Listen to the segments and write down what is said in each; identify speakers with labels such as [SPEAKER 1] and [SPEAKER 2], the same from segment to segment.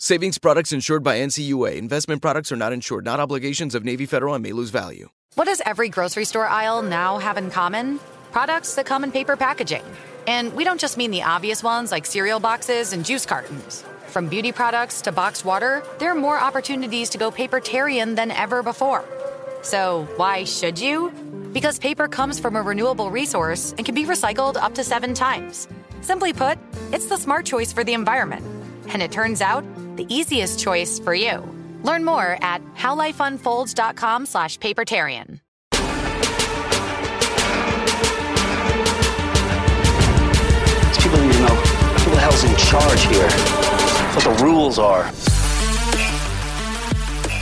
[SPEAKER 1] Savings products insured by NCUA. Investment products are not insured, not obligations of Navy Federal and may lose value.
[SPEAKER 2] What does every grocery store aisle now have in common? Products that come in paper packaging. And we don't just mean the obvious ones like cereal boxes and juice cartons. From beauty products to boxed water, there are more opportunities to go papertarian than ever before. So, why should you? Because paper comes from a renewable resource and can be recycled up to seven times. Simply put, it's the smart choice for the environment. And it turns out, the easiest choice for you. Learn more at howlifeunfolds.com slash papertarian.
[SPEAKER 3] These people need to know who the hell's in charge here, what the rules are.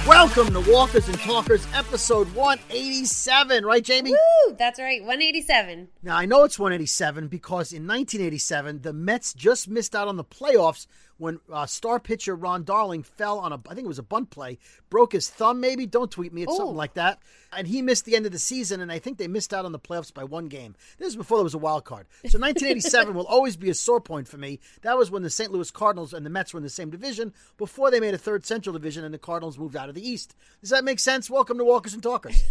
[SPEAKER 4] Welcome to Walkers and Talkers, episode 187, right, Jamie?
[SPEAKER 5] Woo, that's right, 187.
[SPEAKER 4] Now, I know it's 187 because in 1987, the Mets just missed out on the playoffs when uh, star pitcher Ron Darling fell on a, I think it was a bunt play, broke his thumb maybe, don't tweet me, it's something like that. And he missed the end of the season, and I think they missed out on the playoffs by one game. This is before there was a wild card. So 1987 will always be a sore point for me. That was when the St. Louis Cardinals and the Mets were in the same division before they made a third central division and the Cardinals moved out of the East. Does that make sense? Welcome to Walkers and Talkers.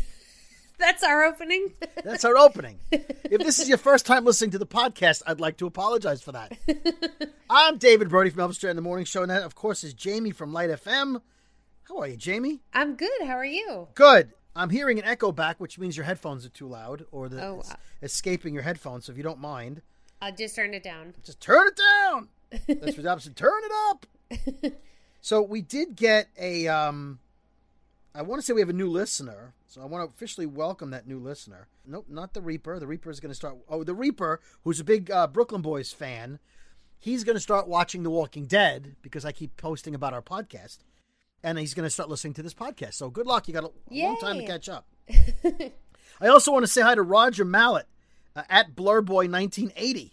[SPEAKER 5] That's our opening.
[SPEAKER 4] That's our opening. If this is your first time listening to the podcast, I'd like to apologize for that. I'm David Brody from Elvis and the Morning Show, and that, of course, is Jamie from Light FM. How are you, Jamie?
[SPEAKER 5] I'm good. How are you?
[SPEAKER 4] Good. I'm hearing an echo back, which means your headphones are too loud, or the,
[SPEAKER 5] Oh,
[SPEAKER 4] it's
[SPEAKER 5] uh.
[SPEAKER 4] escaping your headphones. So if you don't mind,
[SPEAKER 5] I just turned it down.
[SPEAKER 4] just turn it down. That's what Dobson. Turn it up. so we did get a. Um, I want to say we have a new listener, so I want to officially welcome that new listener. Nope, not the Reaper. The Reaper is going to start. Oh, the Reaper, who's a big uh, Brooklyn Boys fan, he's going to start watching The Walking Dead because I keep posting about our podcast, and he's going to start listening to this podcast. So good luck. You got a long time to
[SPEAKER 5] Yay.
[SPEAKER 4] catch up. I also want to say hi to Roger Mallet uh, at Blurboy1980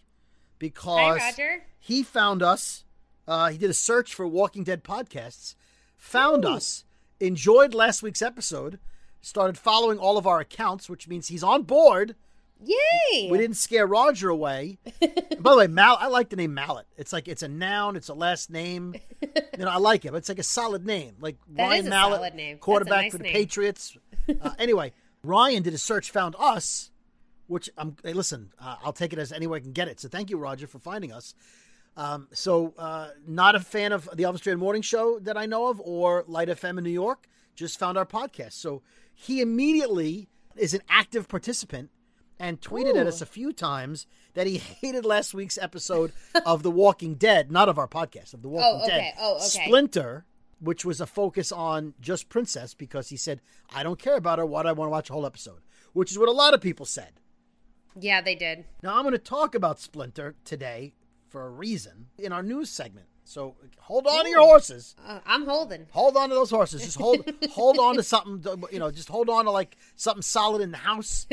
[SPEAKER 4] because
[SPEAKER 5] Roger.
[SPEAKER 4] he found us. Uh, he did a search for Walking Dead podcasts, found us, enjoyed last week's episode, started following all of our accounts, which means he's on board.
[SPEAKER 5] Yay!
[SPEAKER 4] We didn't scare Roger away. And by the way, Mal, I like the name Mallet. It's like it's a noun, it's a last name. You know, I like it, but it's like a solid name, like
[SPEAKER 5] That
[SPEAKER 4] Ryan
[SPEAKER 5] is a
[SPEAKER 4] Mallet,
[SPEAKER 5] solid name. That's a
[SPEAKER 4] quarterback
[SPEAKER 5] nice
[SPEAKER 4] for the
[SPEAKER 5] name.
[SPEAKER 4] Patriots. Uh, anyway, Ryan did a search, found us, which I'm. Hey, listen, uh, I'll take it as any way I can get it. So thank you, Roger, for finding us. Um, so uh, not a fan of the Elvis Duran Morning Show that I know of, or Light FM in New York. Just found our podcast, so he immediately is an active participant and tweeted at us a few times that he hated last week's episode of The Walking Dead, not of our podcast, of The Walking
[SPEAKER 5] okay.
[SPEAKER 4] Dead.
[SPEAKER 5] Oh, okay.
[SPEAKER 4] Splinter, which was a focus on just Princess because he said, I don't care about her. Why do I want to watch a whole episode? Which is what a lot of people said.
[SPEAKER 5] yeah, they did.
[SPEAKER 4] Now, I'm going to talk about Splinter today for a reason in our news segment. So hold on to your horses.
[SPEAKER 5] Uh, I'm holding.
[SPEAKER 4] Hold on to those horses. Just hold hold on to something. You know, just hold on to like something solid in the house.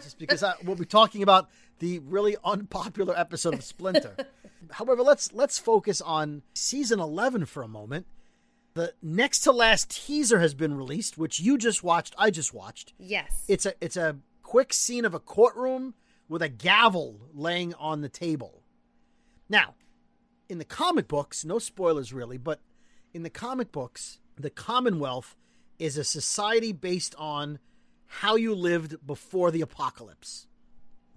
[SPEAKER 4] just because I, we'll be talking about the really unpopular episode of Splinter. However, let's let's focus on season eleven for a moment. The next to last teaser has been released, which you just watched. I just watched.
[SPEAKER 5] Yes.
[SPEAKER 4] It's a it's a quick scene of a courtroom with a gavel laying on the table. Now, in the comic books, no spoilers really, but in the comic books, the Commonwealth is a society based on how you lived before the apocalypse.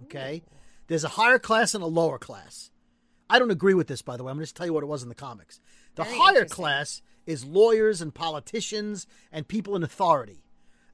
[SPEAKER 4] Okay? There's a higher class and a lower class. I don't agree with this, by the way. I'm going to tell you what it was in the comics. The
[SPEAKER 5] Very
[SPEAKER 4] higher
[SPEAKER 5] interesting.
[SPEAKER 4] class is lawyers and politicians and people in authority.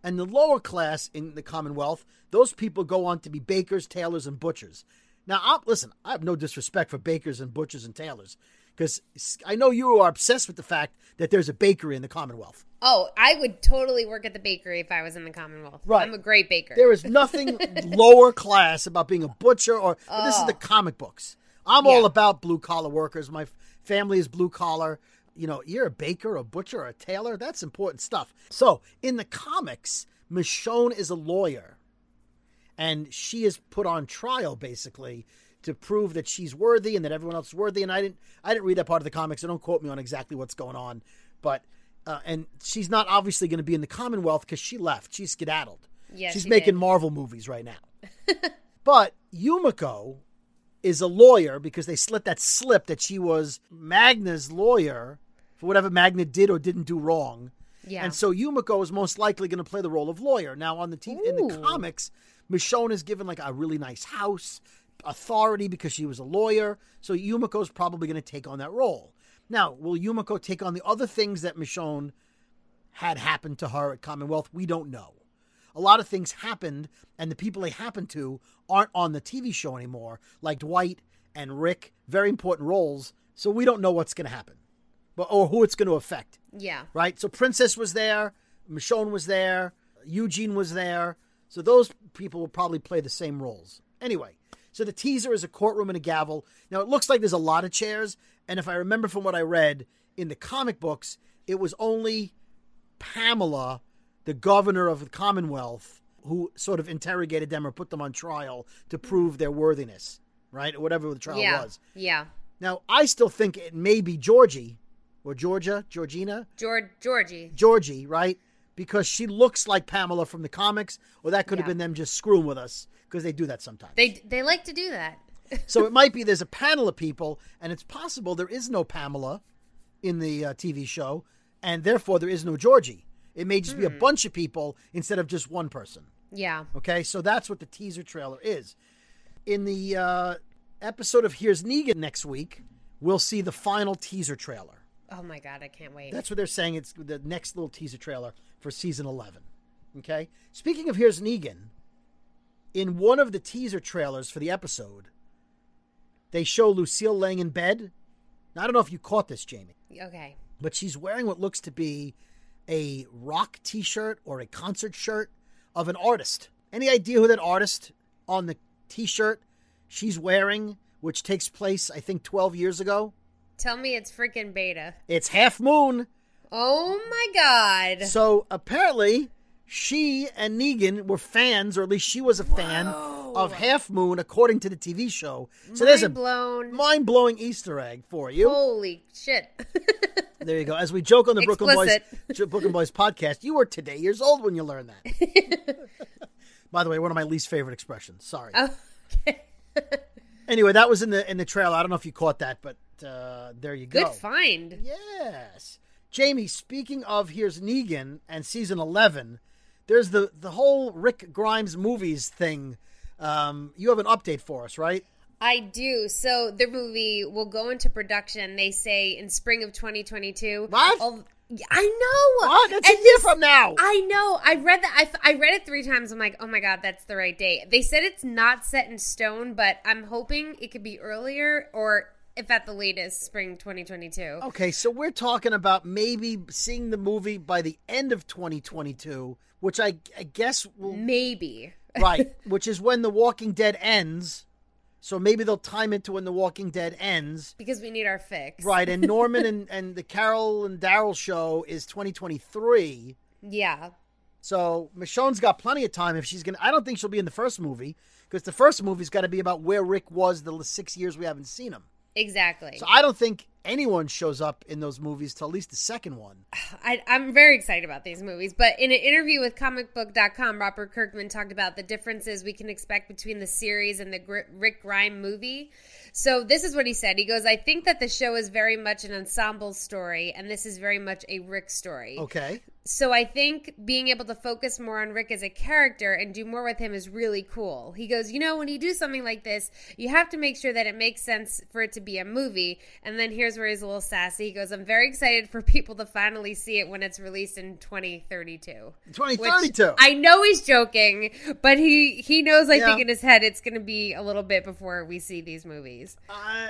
[SPEAKER 4] And the lower class in the Commonwealth, those people go on to be bakers, tailors, and butchers. Now, i listen, I have no disrespect for bakers and butchers and tailors because I know you are obsessed with the fact that there's a bakery in the Commonwealth.
[SPEAKER 5] oh, I would totally work at the bakery if I was in the Commonwealth.
[SPEAKER 4] Right.
[SPEAKER 5] I'm a great baker.
[SPEAKER 4] There is nothing lower class about being a butcher or but this is the comic books. I'm all
[SPEAKER 5] Oh. Yeah.
[SPEAKER 4] about blue collar workers. My f- family is blue collar. You know, you're a baker, a butcher, or a tailor. That's important stuff. So in the comics, Michonne is a lawyer, and she is put on trial basically to prove that she's worthy and that everyone else is worthy. And I didn't, I didn't read that part of the comics, so don't quote me on exactly what's going on. But uh, and she's not obviously going to be in the Commonwealth because she left. She skedaddled.
[SPEAKER 5] Yeah,
[SPEAKER 4] she's
[SPEAKER 5] she
[SPEAKER 4] making
[SPEAKER 5] did.
[SPEAKER 4] Marvel movies right now. but Yumiko is a lawyer because they slit that slip that she was Magna's lawyer for whatever Magna did or didn't do wrong.
[SPEAKER 5] Yeah.
[SPEAKER 4] And so Yumiko is most likely going to play the role of lawyer. Now on the TV in the
[SPEAKER 5] Ooh.
[SPEAKER 4] comics, Michonne is given like a really nice house, authority because she was a lawyer. So Yumiko is probably going to take on that role. Now, will Yumiko take on the other things that Michonne had happened to her at Commonwealth? We don't know. A lot of things happened, and the people they happened to aren't on the TV show anymore, like Dwight and Rick, very important roles. So we don't know what's going to happen, but or who it's going to affect
[SPEAKER 5] yeah.
[SPEAKER 4] right? So Princess was there, Michonne was there, Eugene was there. So those people will probably play the same roles. Anyway, so the teaser is a courtroom and a gavel. Now it looks like there's a lot of chairs, and if I remember from what I read in the comic books, it was only Pamela, the governor of the Commonwealth, who sort of interrogated them or put them on trial to prove their worthiness, right? Or whatever the trial
[SPEAKER 5] Yeah.
[SPEAKER 4] was.
[SPEAKER 5] Yeah.
[SPEAKER 4] Now I still think it may be Georgie or Georgia, Georgina,
[SPEAKER 5] George, Georgie.
[SPEAKER 4] Georgie, right? Because she looks like Pamela from the comics, or that could have
[SPEAKER 5] Yeah.
[SPEAKER 4] been them just screwing with us because they do that sometimes.
[SPEAKER 5] They they like to do that.
[SPEAKER 4] so it might be there's a panel of people, and it's possible there is no Pamela in the uh, TV show, and therefore there is no Georgie. It may just be a
[SPEAKER 5] Hmm.
[SPEAKER 4] bunch of people instead of just one person.
[SPEAKER 5] Yeah.
[SPEAKER 4] Okay, so that's what the teaser trailer is. In the uh, episode of Here's Negan next week, we'll see the final teaser trailer.
[SPEAKER 5] Oh my god, I can't wait.
[SPEAKER 4] That's what they're saying. It's the next little teaser trailer for season 11. Okay. Speaking of here's Negan, in one of the teaser trailers for the episode, they show Lucille laying in bed. Now, I don't know if you caught this, Jamie,
[SPEAKER 5] okay.
[SPEAKER 4] but she's wearing what looks to be a rock t shirt or a concert shirt of an artist. Any idea who that artist on the t shirt she's wearing, which takes place, I think, 12 years ago?
[SPEAKER 5] Tell me it's freaking beta.
[SPEAKER 4] It's Half Moon.
[SPEAKER 5] Oh my god.
[SPEAKER 4] So apparently, she and Negan were fans, or at least she was a fan of Half Moon, according to the TV show. So there's a
[SPEAKER 5] Mind blown.
[SPEAKER 4] mind blowing Easter egg for you.
[SPEAKER 5] Holy shit.
[SPEAKER 4] There you go. As we joke on the Brooklyn Boys,
[SPEAKER 5] Explicit.
[SPEAKER 4] Brooklyn Boys podcast, you were today years old when you learned that. By the way, one of my least favorite expressions. Sorry.
[SPEAKER 5] Oh,
[SPEAKER 4] anyway, that was in the in the trailer. I don't know if you caught that, but uh, there you go.
[SPEAKER 5] Good find.
[SPEAKER 4] Yes. Jamie, speaking of here's Negan and season 11, there's the, the whole Rick Grimes movies thing. Um, you have an update for us, right?
[SPEAKER 5] I do. So the movie will go into production, they say, in spring of 2022.
[SPEAKER 4] What?
[SPEAKER 5] Al- I know.
[SPEAKER 4] What? Ah, That's
[SPEAKER 5] And
[SPEAKER 4] a year
[SPEAKER 5] this-
[SPEAKER 4] from now.
[SPEAKER 5] I know. I read that. I, f- I read it three times. I'm like, oh my god, that's the right date. They said it's not set in stone, but I'm hoping it could be earlier or if at the latest, spring 2022.
[SPEAKER 4] okay, so we're talking about maybe seeing the movie by the end of 2022, which I, I guess will.
[SPEAKER 5] Maybe.
[SPEAKER 4] right, which is when The Walking Dead ends. So maybe they'll time it to when The Walking Dead ends.
[SPEAKER 5] Because we need our fix.
[SPEAKER 4] Right, and Norman and, and the Carol and Daryl show is 2023.
[SPEAKER 5] Yeah.
[SPEAKER 4] So Michonne's got plenty of time if she's gonna. I don't think she'll be in the first movie because the first movie's got to be about where Rick was the l- six years we haven't seen him.
[SPEAKER 5] Exactly.
[SPEAKER 4] So I don't think anyone shows up in those movies till at least the second one.
[SPEAKER 5] I, I'm very excited about these movies, but in an interview with comicbook.com, Robert Kirkman talked about the differences we can expect between the series and the Gr- Rick Grime movie. So this is what he said. He goes, I think that the show is very much an ensemble story, and this is very much a Rick story.
[SPEAKER 4] Okay.
[SPEAKER 5] So I think being able to focus more on Rick as a character and do more with him is really cool. He goes, you know, when you do something like this, you have to make sure that it makes sense for it to be a movie. And then here's where he's a little sassy. He goes, I'm very excited for people to finally see it when it's released in 2032.
[SPEAKER 4] Twenty
[SPEAKER 5] Which
[SPEAKER 4] thirty two.
[SPEAKER 5] I know he's joking, but he he knows. I
[SPEAKER 4] Yeah.
[SPEAKER 5] think in his head it's going to be a little bit before we see these movies.
[SPEAKER 4] I,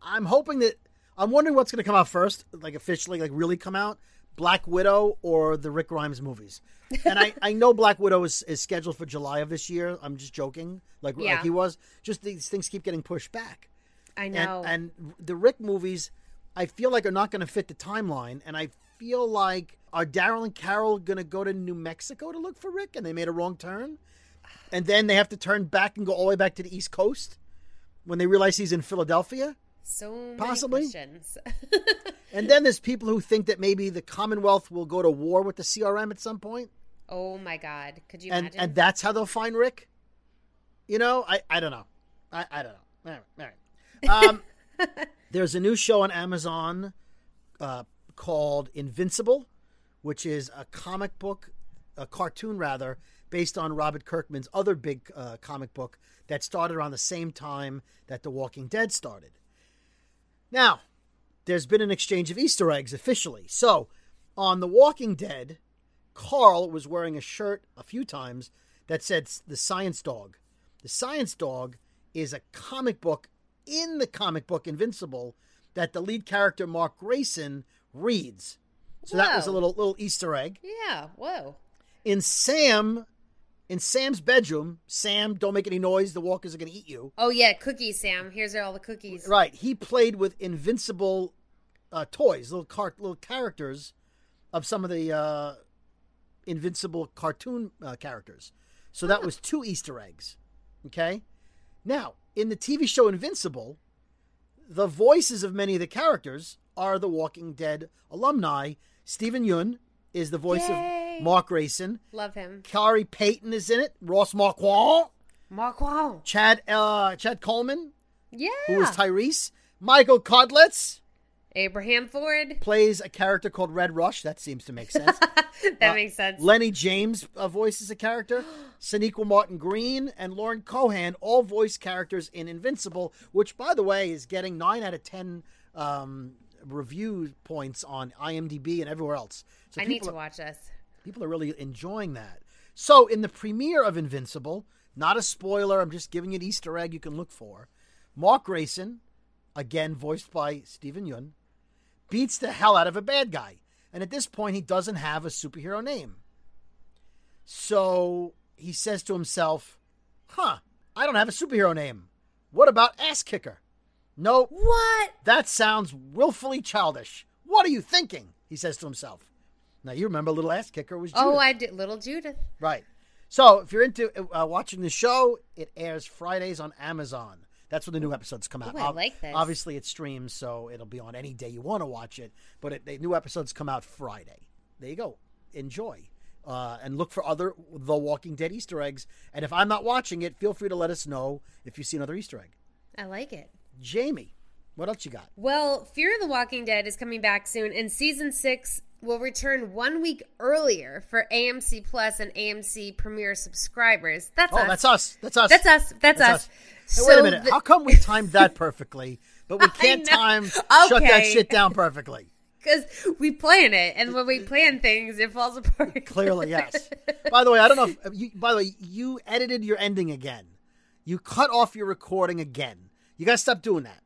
[SPEAKER 4] I'm hoping that I'm wondering what's going to come out first, like officially, like really come out, Black Widow or the Rick Grimes movies. And I, I know Black Widow is, is scheduled for July of this year. I'm just joking, like
[SPEAKER 5] Yeah.
[SPEAKER 4] like he was. Just these things keep getting pushed back,
[SPEAKER 5] I
[SPEAKER 4] and
[SPEAKER 5] know.
[SPEAKER 4] and the Rick movies, I feel like are not going to fit the timeline, and I feel like are Daryl and Carol going to go to New Mexico to look for Rick, and they made a wrong turn, and then they have to turn back and go all the way back to the East Coast when they realize he's in Philadelphia.
[SPEAKER 5] so many
[SPEAKER 4] possibly?
[SPEAKER 5] questions.
[SPEAKER 4] And then there's people who think that maybe the Commonwealth will go to war with the CRM at some point,
[SPEAKER 5] oh my god! Could you
[SPEAKER 4] and
[SPEAKER 5] imagine?
[SPEAKER 4] and that's how they'll find Rick. You know, I, I don't know, I, I don't know. All right, all right. Um, there's a new show on Amazon uh, called Invincible, which is a comic book, a cartoon rather, based on Robert Kirkman's other big uh, comic book that started around the same time that The Walking Dead started. Now, there's been an exchange of Easter eggs officially. So, on The Walking Dead, Carl was wearing a shirt a few times that said s- The Science Dog. The Science Dog is a comic book in the comic book Invincible that the lead character Mark Grayson reads. So that was a
[SPEAKER 5] Whoa.
[SPEAKER 4] little little Easter egg
[SPEAKER 5] yeah. Whoa.
[SPEAKER 4] in Sam in Sam's bedroom. Sam, don't make any noise. The walkers are going to eat you.
[SPEAKER 5] Oh yeah, cookies, Sam. Here's all the cookies.
[SPEAKER 4] Right. He played with invincible uh, toys, little car- little characters of some of the uh, invincible cartoon uh, characters. So that was two Easter eggs. Okay. Now, in the TV show Invincible, the voices of many of the characters are the Walking Dead alumni. Stephen Yun is the voice
[SPEAKER 5] Yay.
[SPEAKER 4] of Mark Grayson.
[SPEAKER 5] Love him.
[SPEAKER 4] Kari Payton is in it. Ross Marquand,
[SPEAKER 5] Marquand.
[SPEAKER 4] Chad uh, Chad Coleman,
[SPEAKER 5] Yeah.
[SPEAKER 4] who is Tyrese. Michael Codlitz
[SPEAKER 5] Abraham Ford.
[SPEAKER 4] plays a character called Red Rush. That seems to make sense. Uh,
[SPEAKER 5] That makes sense.
[SPEAKER 4] Lenny James uh, voices a character. Sonequa Martin Green and Lauren Cohan all voice characters in Invincible, which, by the way, is getting nine out of ten um, review points on IMDb and everywhere else. So
[SPEAKER 5] I need
[SPEAKER 4] people
[SPEAKER 5] to
[SPEAKER 4] are-
[SPEAKER 5] watch this.
[SPEAKER 4] People are really enjoying that. So, in the premiere of Invincible, not a spoiler, I'm just giving you an Easter egg you can look for. Mark Grayson, again voiced by Steven Yun, beats the hell out of a bad guy. And at this point, he doesn't have a superhero name. So he says to himself, Huh, I don't have a superhero name. What about Ass Kicker? No,
[SPEAKER 5] What?
[SPEAKER 4] that sounds willfully childish. What are you thinking? He says to himself. Now, you remember Little Ass Kicker was Judah.
[SPEAKER 5] Oh, I did. Little Judith.
[SPEAKER 4] Right. So if you're into uh, watching the show, it airs Fridays on Amazon. That's when the new episodes come out.
[SPEAKER 5] Ooh, I like this.
[SPEAKER 4] Obviously, it streams, so it'll be on any day you want to watch it. But it, the new episodes come out Friday. There you go. Enjoy. Uh, and look for other The Walking Dead Easter eggs. And if I'm not watching it, feel free to let us know if you see another Easter egg.
[SPEAKER 5] I like it.
[SPEAKER 4] Jamie, what else you got?
[SPEAKER 5] Well, Fear of the Walking Dead is coming back soon, and season six will return one week earlier for AMC Plus and AMC Premier subscribers. That's
[SPEAKER 4] Oh,
[SPEAKER 5] us.
[SPEAKER 4] that's us. That's us.
[SPEAKER 5] That's us. That's us.
[SPEAKER 4] Hey, wait a
[SPEAKER 5] So
[SPEAKER 4] minute.
[SPEAKER 5] the-
[SPEAKER 4] How come we timed that perfectly, but we
[SPEAKER 5] I
[SPEAKER 4] can't
[SPEAKER 5] know.
[SPEAKER 4] time shut that
[SPEAKER 5] Okay.
[SPEAKER 4] shit down perfectly?
[SPEAKER 5] Because we plan it, and when we plan things, it falls apart.
[SPEAKER 4] Clearly, yes. by the way, I don't know. If, you, by the way, you edited your ending again. You cut off your recording again. You gotta stop doing that.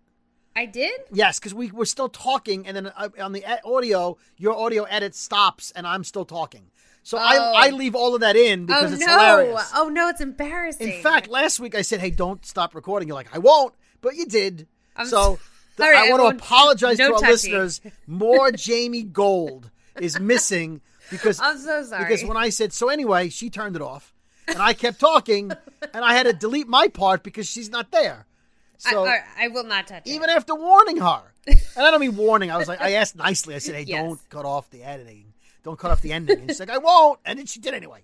[SPEAKER 5] I did.
[SPEAKER 4] Yes, because we we're still talking, and then uh, on the e- audio, your audio edit stops, and I'm still talking. So
[SPEAKER 5] Oh.
[SPEAKER 4] I I leave all of that in because
[SPEAKER 5] oh
[SPEAKER 4] it's
[SPEAKER 5] no!
[SPEAKER 4] hilarious.
[SPEAKER 5] Oh no! It's embarrassing.
[SPEAKER 4] In fact, last week I said, "Hey, don't stop recording." You're like, "I won't," but you did. so th-
[SPEAKER 5] sorry,
[SPEAKER 4] I want
[SPEAKER 5] everyone.
[SPEAKER 4] to apologize
[SPEAKER 5] No
[SPEAKER 4] to our
[SPEAKER 5] touchy.
[SPEAKER 4] listeners. More Jamie Gold is missing because
[SPEAKER 5] I'm so sorry.
[SPEAKER 4] Because when I said so anyway, she turned it off, and I kept talking, and I had to delete my part because she's not there. So
[SPEAKER 5] I, I, I will not touch
[SPEAKER 4] even
[SPEAKER 5] it.
[SPEAKER 4] after warning her, and I don't mean warning. I was like, I asked nicely. I said, "Hey,
[SPEAKER 5] Yes.
[SPEAKER 4] don't cut off the editing. Don't cut off the ending." And she's like, "I won't," and then she did anyway.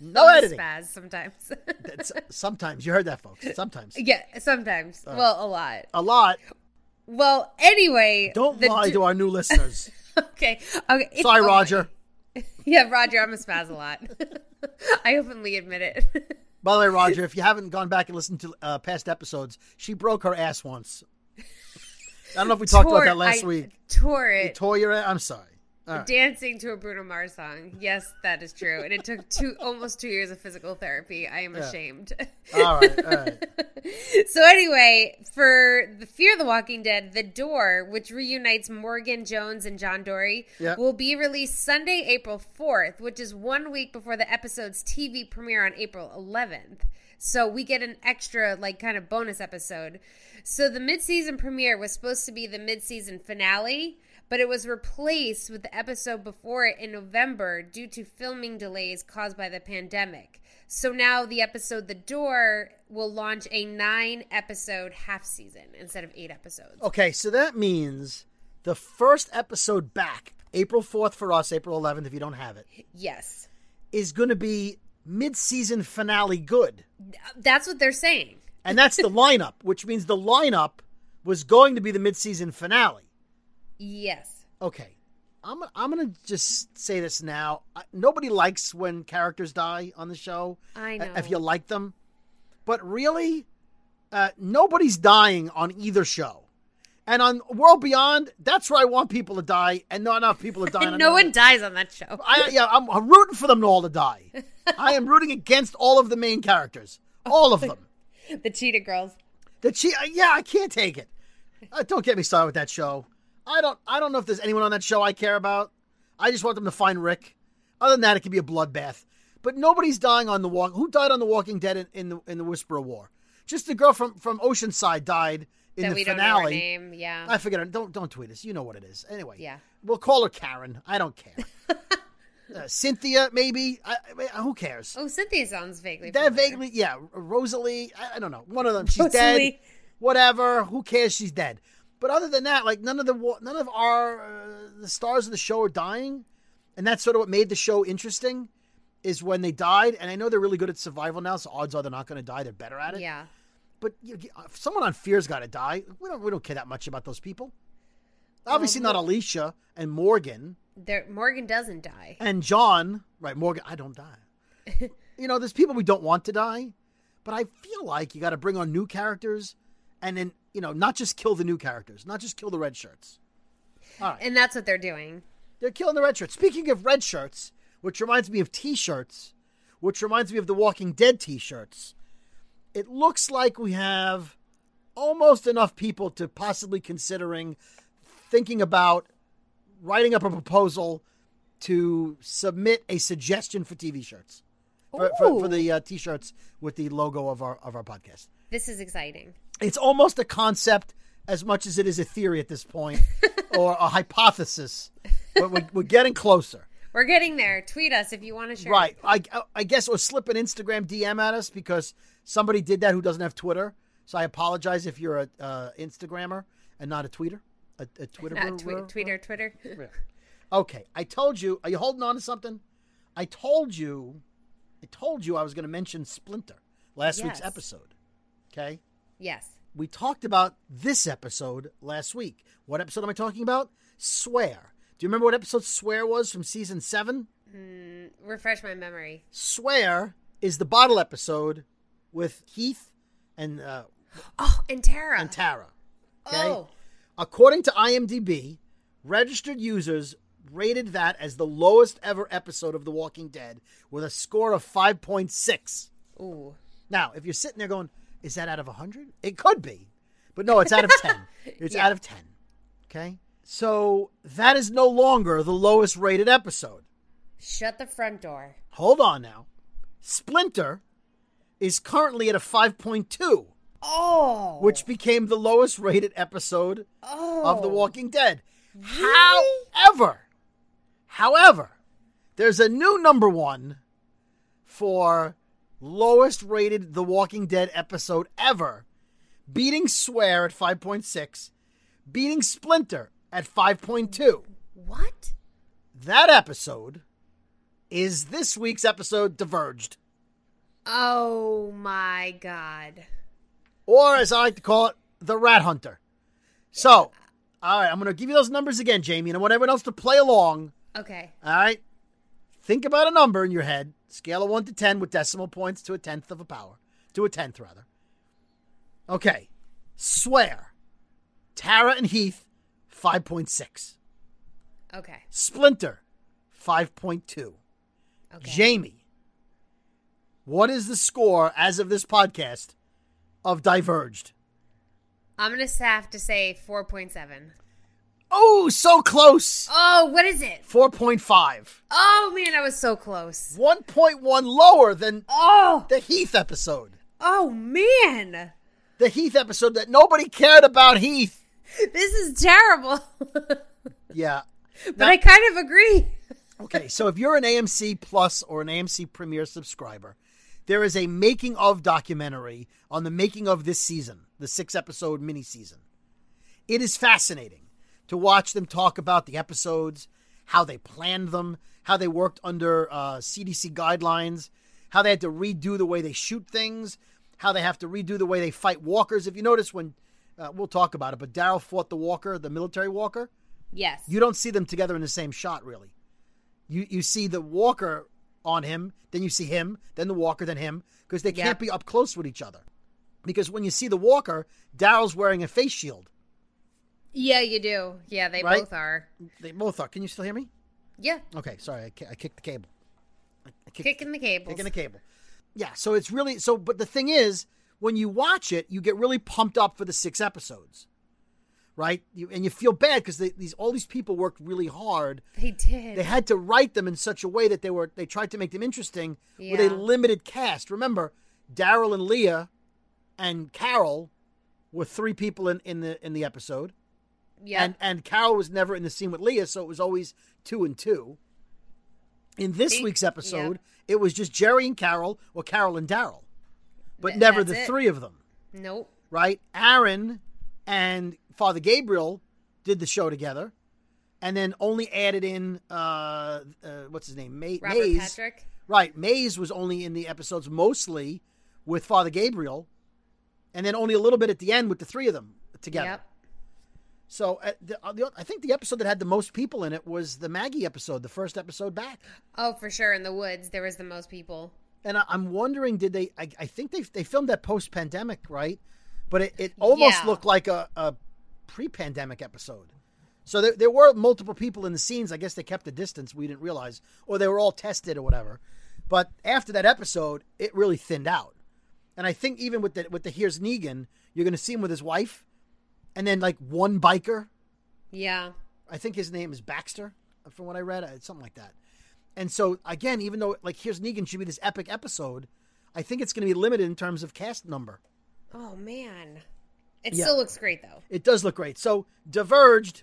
[SPEAKER 4] No
[SPEAKER 5] I'm a
[SPEAKER 4] editing.
[SPEAKER 5] Spaz sometimes.
[SPEAKER 4] That's- sometimes you heard that, folks. Sometimes
[SPEAKER 5] yeah, sometimes.
[SPEAKER 4] Oh.
[SPEAKER 5] well, a lot.
[SPEAKER 4] a lot.
[SPEAKER 5] Well, anyway.
[SPEAKER 4] Don't
[SPEAKER 5] the
[SPEAKER 4] lie
[SPEAKER 5] d-
[SPEAKER 4] to our new listeners.
[SPEAKER 5] Okay. Okay. it's
[SPEAKER 4] Sorry,
[SPEAKER 5] a lot.
[SPEAKER 4] Roger.
[SPEAKER 5] Yeah, Roger, I'm a spaz a lot. I openly admit it.
[SPEAKER 4] By the way, Roger, if you haven't gone back and listened to uh, past episodes, she broke her ass once. I don't know if we talked about
[SPEAKER 5] Tore-
[SPEAKER 4] that last
[SPEAKER 5] I
[SPEAKER 4] week.
[SPEAKER 5] Tore it.
[SPEAKER 4] Tore your ass. I'm sorry. Uh, All right.
[SPEAKER 5] Dancing to a Bruno Mars song. Yes, that is true. And it took two almost two years of physical therapy. I am ashamed.
[SPEAKER 4] All right. All right.
[SPEAKER 5] so anyway, for the Fear the Walking Dead, The Door, which reunites Morgan Jones and John Dory,
[SPEAKER 4] Yeah.
[SPEAKER 5] will be released Sunday, April 4th, which is one week before the episode's TV premiere on April 11th. So we get an extra like kind of bonus episode. So the mid-season premiere was supposed to be the mid-season finale, but it was replaced with the episode before it in November due to filming delays caused by the pandemic. So now the episode The Door will launch a nine episode half season instead of eight episodes.
[SPEAKER 4] Okay, so that means the first episode back, April 4th for us, April 11th if you don't have it,
[SPEAKER 5] Yes.
[SPEAKER 4] is going to be mid-season finale good.
[SPEAKER 5] That's what they're saying.
[SPEAKER 4] And that's the lineup, which means the lineup was going to be the mid-season finale.
[SPEAKER 5] Yes.
[SPEAKER 4] Okay. I'm I'm going to just say this now. I, nobody likes when characters die on the show.
[SPEAKER 5] I
[SPEAKER 4] uh, If
[SPEAKER 5] know.
[SPEAKER 4] you like them. But really uh, nobody's dying on either show. And on World Beyond, that's where I want people to die, and not enough people are dying.
[SPEAKER 5] And
[SPEAKER 4] on
[SPEAKER 5] no
[SPEAKER 4] the-
[SPEAKER 5] one dies on that show.
[SPEAKER 4] I yeah, I'm, I'm rooting for them all to die. I am rooting against all of the main characters, all of them.
[SPEAKER 5] The Cheetah Girls.
[SPEAKER 4] That she, uh, yeah, I can't take it. Uh, don't get me started with that show. I don't, I don't know if there's anyone on that show I care about. I just want them to find Rick. Other than that, it could be a bloodbath. But nobody's dying on the walk. Who died on the Walking Dead in, in the in the Whisperer War? Just the girl from from Oceanside died in
[SPEAKER 5] That
[SPEAKER 4] the
[SPEAKER 5] we don't
[SPEAKER 4] finale.
[SPEAKER 5] know her name. Yeah.
[SPEAKER 4] I forget. her- Don't don't tweet us. You know what it is. Anyway,
[SPEAKER 5] Yeah.
[SPEAKER 4] we'll call her Karen. I don't care. uh, Cynthia, maybe. I, I mean, who cares?
[SPEAKER 5] oh, Cynthia sounds vaguely.
[SPEAKER 4] that
[SPEAKER 5] familiar.
[SPEAKER 4] vaguely, yeah. Rosalie, I, I don't know. One of them. She's dead.
[SPEAKER 5] Rosalie.
[SPEAKER 4] Whatever. Who cares? She's dead. But other than that, like none of the wa- none of our uh, the stars of the show are dying, and that's sort of what made the show interesting, is when they died. And I know they're really good at survival now, so odds are they're not going to die. They're better at it.
[SPEAKER 5] Yeah.
[SPEAKER 4] But you, you- uh, someone on Fear's got to die. We don't we don't care that much about those people. Obviously not Alicia and Morgan
[SPEAKER 5] There, Morgan doesn't die.
[SPEAKER 4] and John. Right, Morgan. I don't die. you know, there's people we don't want to die, but I feel like you got to bring on new characters, and then you know not just kill the new characters, not just kill the red shirts.
[SPEAKER 5] And that's what they're doing.
[SPEAKER 4] They're killing the red shirts. Speaking of red shirts, which reminds me of T-shirts, which reminds me of the Walking Dead T-shirts. It looks like we have almost enough people to possibly considering thinking about writing up a proposal to submit a suggestion for TV shirts for, for, for the uh, T-shirts with the logo of our of our podcast
[SPEAKER 5] This is exciting.
[SPEAKER 4] it's almost a concept as much as it is a theory at this point or a hypothesis but we're, we're getting closer
[SPEAKER 5] We're getting there. Tweet us if you want to share.
[SPEAKER 4] right I, I guess or slip an instagram dm at us because somebody did that who doesn't have twitter so i apologize if you're a uh, instagrammer and not a tweeter a, a twitter
[SPEAKER 5] Not Uh, tweet, Twitter, Twitter.
[SPEAKER 4] okay i told you are you holding on to something i told you i told you i was going to mention splinter last week's
[SPEAKER 5] Yes.
[SPEAKER 4] episode okay
[SPEAKER 5] yes.
[SPEAKER 4] we talked about this episode last week. What episode am I talking about? Swear. Do you remember what episode Swear was from season seven?
[SPEAKER 5] Refresh my memory.
[SPEAKER 4] Swear is the bottle episode with Heath and uh,
[SPEAKER 5] Oh, and Tara.
[SPEAKER 4] and Tara. Okay.
[SPEAKER 5] Oh,
[SPEAKER 4] According to IMDb, registered users rated that as the lowest ever episode of The Walking Dead with a score of five point six.
[SPEAKER 5] ooh.
[SPEAKER 4] Now, if you're sitting there going, is that out of 100? It could be. But no, it's out of 10. It's out of 10. Okay? So that is no longer the lowest rated episode.
[SPEAKER 5] Shut the front door.
[SPEAKER 4] Hold on now. Splinter is currently at a 5.2,
[SPEAKER 5] Oh.
[SPEAKER 4] which became the lowest rated episode
[SPEAKER 5] oh.
[SPEAKER 4] of The Walking Dead. However, however, there's a new number one for lowest rated The Walking Dead episode ever beating Swear at 5.6, beating Splinter at 5.2.
[SPEAKER 5] What?
[SPEAKER 4] That episode is this week's episode, Diverged,
[SPEAKER 5] Oh my god.
[SPEAKER 4] or as I like to call it, The Rat Hunter. So, all right, I'm going to give you those numbers again, Jamie, and I want everyone else to play along.
[SPEAKER 5] Okay.
[SPEAKER 4] All right. Think about a number in your head, scale of 1 to 10 with decimal points to a tenth of a power, to a tenth rather. Okay. Swear. Tara and Heath 5.6.
[SPEAKER 5] Okay.
[SPEAKER 4] Splinter 5.2.
[SPEAKER 5] Okay.
[SPEAKER 4] Jamie. What is the score as of this podcast of Diverged?
[SPEAKER 5] I'm gonna have to say 4.7.
[SPEAKER 4] Oh, so close.
[SPEAKER 5] Oh, what is it?
[SPEAKER 4] 4.5.
[SPEAKER 5] Oh man, I was so close.
[SPEAKER 4] 1.1 lower than
[SPEAKER 5] Oh,
[SPEAKER 4] the Heath episode.
[SPEAKER 5] oh man,
[SPEAKER 4] the Heath episode that nobody cared about Heath.
[SPEAKER 5] this is terrible. but
[SPEAKER 4] Yeah.
[SPEAKER 5] I kind of agree.
[SPEAKER 4] Okay, so if you're an AMC Plus or an AMC Premiere subscriber, there is a making of documentary on the making of this season, the six episode mini season. It is fascinating to watch them talk about the episodes, how they planned them, how they worked under uh, CDC guidelines, how they had to redo the way they shoot things, how they have to redo the way they fight walkers. If you notice, when uh, we'll talk about it, but Daryl fought the walker, the military walker
[SPEAKER 5] Yes.
[SPEAKER 4] you don't see them together in the same shot really you you see the walker on him then you see him then the walker then him because they
[SPEAKER 5] Yeah.
[SPEAKER 4] can't be up close with each other because when you see the walker daryl's wearing a face shield
[SPEAKER 5] yeah, you do. Yeah, they
[SPEAKER 4] Right?
[SPEAKER 5] both are.
[SPEAKER 4] they both are can you still hear me
[SPEAKER 5] Yeah,
[SPEAKER 4] okay sorry i, ki- I kicked the cable I, I kicked,
[SPEAKER 5] kicking the cables.
[SPEAKER 4] kicking the cable yeah so it's really so but the thing is when you watch it you get really pumped up for the six episodes right you, and you feel bad because these all these people worked really hard
[SPEAKER 5] they did.
[SPEAKER 4] they had to write them in such a way that they were they tried to make them interesting with
[SPEAKER 5] Yeah.
[SPEAKER 4] a limited cast. Remember, Daryl and Leah and Carol were three people in, in the in the episode.
[SPEAKER 5] yeah.
[SPEAKER 4] And and Carol was never in the scene with Leah, so it was always two and two. In this
[SPEAKER 5] They-
[SPEAKER 4] week's episode, it was just Jerry and Carol or Carol and Daryl. But
[SPEAKER 5] Th-
[SPEAKER 4] never
[SPEAKER 5] that's
[SPEAKER 4] the
[SPEAKER 5] it.
[SPEAKER 4] three of them,
[SPEAKER 5] nope.
[SPEAKER 4] right? Aaron and Father Gabriel did the show together. And then only added in uh, uh what's his name? Ma-
[SPEAKER 5] Robert
[SPEAKER 4] Maze.
[SPEAKER 5] Patrick.
[SPEAKER 4] Right. Maze was only in the episodes mostly with Father Gabriel, and then only a little bit at the end with the three of them together.
[SPEAKER 5] Yep.
[SPEAKER 4] So uh, the, uh, the, I think the episode that had the most people in it was the Maggie episode, the first episode back.
[SPEAKER 5] Oh, for sure. In the woods, there was the most people.
[SPEAKER 4] And I, I'm wondering, did they? I, I think they they filmed that post pandemic, right? But it, it almost
[SPEAKER 5] Yeah.
[SPEAKER 4] looked like a, a pre pandemic episode. So there, there were multiple people in the scenes. I guess they kept the distance. We didn't realize, or they were all tested or whatever. But after that episode, it really thinned out. And I think even with the with the here's Negan, you're going to see him with his wife, and then like one biker.
[SPEAKER 5] Yeah.
[SPEAKER 4] I think his name is Baxter, from what I read, uh, something like that. And so again, even though like here's Negan should be this epic episode, I think it's going to be limited in terms of cast number.
[SPEAKER 5] Oh man, it
[SPEAKER 4] Yeah.
[SPEAKER 5] still looks great though.
[SPEAKER 4] It does look great. So Diverged,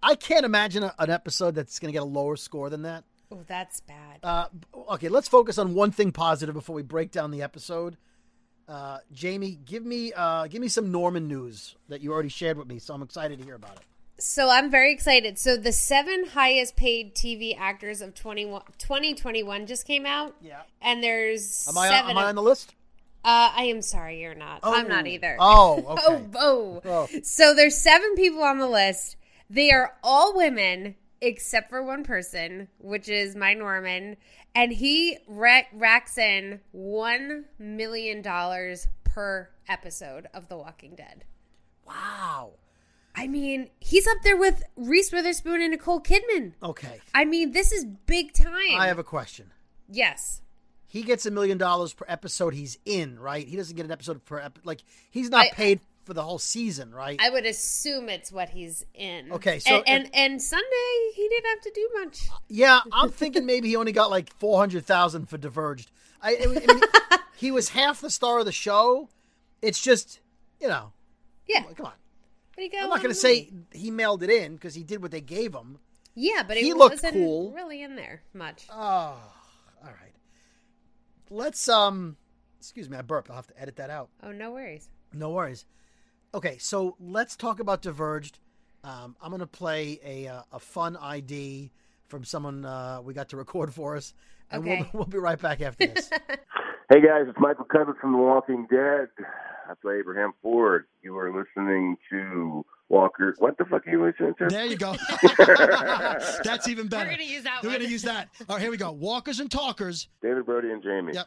[SPEAKER 4] I can't imagine a, an episode that's going to get a lower score than that.
[SPEAKER 5] Oh, that's bad.
[SPEAKER 4] Uh, b- okay, let's focus on one thing positive before we break down the episode. Uh, Jamie, give me uh, give me some Norman news that you already shared with me, so I'm excited to hear about it.
[SPEAKER 5] So I'm very excited. So the seven highest paid TV actors of 21 2021 just came out.
[SPEAKER 4] Yeah.
[SPEAKER 5] And there's
[SPEAKER 4] Am I
[SPEAKER 5] seven.
[SPEAKER 4] am I
[SPEAKER 5] of-
[SPEAKER 4] on the list?
[SPEAKER 5] uh, I am sorry, you're not. I'm not either.
[SPEAKER 4] Oh, okay.
[SPEAKER 5] oh, oh.
[SPEAKER 4] Oh.
[SPEAKER 5] So there's seven people on the list. They are all women except for one person, which is my Norman, and he ra- racks in one million dollars per episode of The Walking Dead.
[SPEAKER 4] Wow.
[SPEAKER 5] I mean, he's up there with Reese Witherspoon and Nicole Kidman.
[SPEAKER 4] Okay.
[SPEAKER 5] I mean, this is big time.
[SPEAKER 4] I have a question.
[SPEAKER 5] yes.
[SPEAKER 4] He gets a million dollars per episode he's in, right? He doesn't get an episode per ep- like he's not
[SPEAKER 5] I-
[SPEAKER 4] paid for the whole season, right?
[SPEAKER 5] I would assume it's what he's in.
[SPEAKER 4] Okay, so
[SPEAKER 5] and and, and Sunday he didn't have to do much.
[SPEAKER 4] yeah, I'm thinking maybe he only got like four hundred thousand for Diverged. I, I mean, he was half the star of the show. It's just you know,
[SPEAKER 5] Yeah,
[SPEAKER 4] come on.
[SPEAKER 5] but he got
[SPEAKER 4] I'm
[SPEAKER 5] one
[SPEAKER 4] not going to
[SPEAKER 5] movie.
[SPEAKER 4] say he mailed it in because he did what they gave him.
[SPEAKER 5] Yeah, but
[SPEAKER 4] He
[SPEAKER 5] it
[SPEAKER 4] looked
[SPEAKER 5] wasn't
[SPEAKER 4] cool.
[SPEAKER 5] really in there much.
[SPEAKER 4] Ah, All right, let's um, excuse me, I burped. I'll have to edit that out.
[SPEAKER 5] oh, no worries.
[SPEAKER 4] No worries. Okay, so let's talk about Diverged. Um, I'm gonna play a uh, a fun ID from someone uh, we got to record for us, and we'll,
[SPEAKER 5] Okay.
[SPEAKER 4] we'll be right back after this.
[SPEAKER 6] Hey guys, it's Michael Covett from The Walking Dead. I play Abraham Ford. You are listening to Walker. What the fuck are you listening to?
[SPEAKER 7] There you go. That's even better.
[SPEAKER 5] gonna use that
[SPEAKER 7] We're
[SPEAKER 5] one.
[SPEAKER 7] gonna use that. All right, here we go. Walkers and talkers.
[SPEAKER 6] David Brody and Jamie.
[SPEAKER 7] Yep.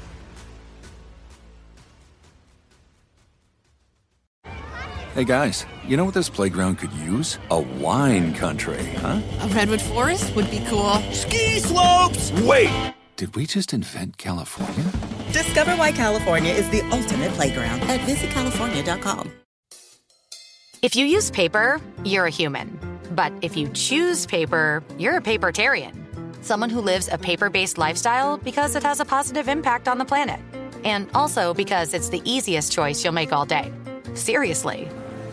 [SPEAKER 8] Hey guys, you know what this playground could use? A wine country, huh?
[SPEAKER 9] A redwood forest would be cool.
[SPEAKER 8] Ski slopes! Wait! Did we just invent California?
[SPEAKER 9] Discover why California is the ultimate playground at visitcalifornia.com.
[SPEAKER 2] If you use paper, you're a human. But if you choose paper, you're a papertarian. Someone who lives a paper based lifestyle because it has a positive impact on the planet. And also because it's the easiest choice you'll make all day. Seriously.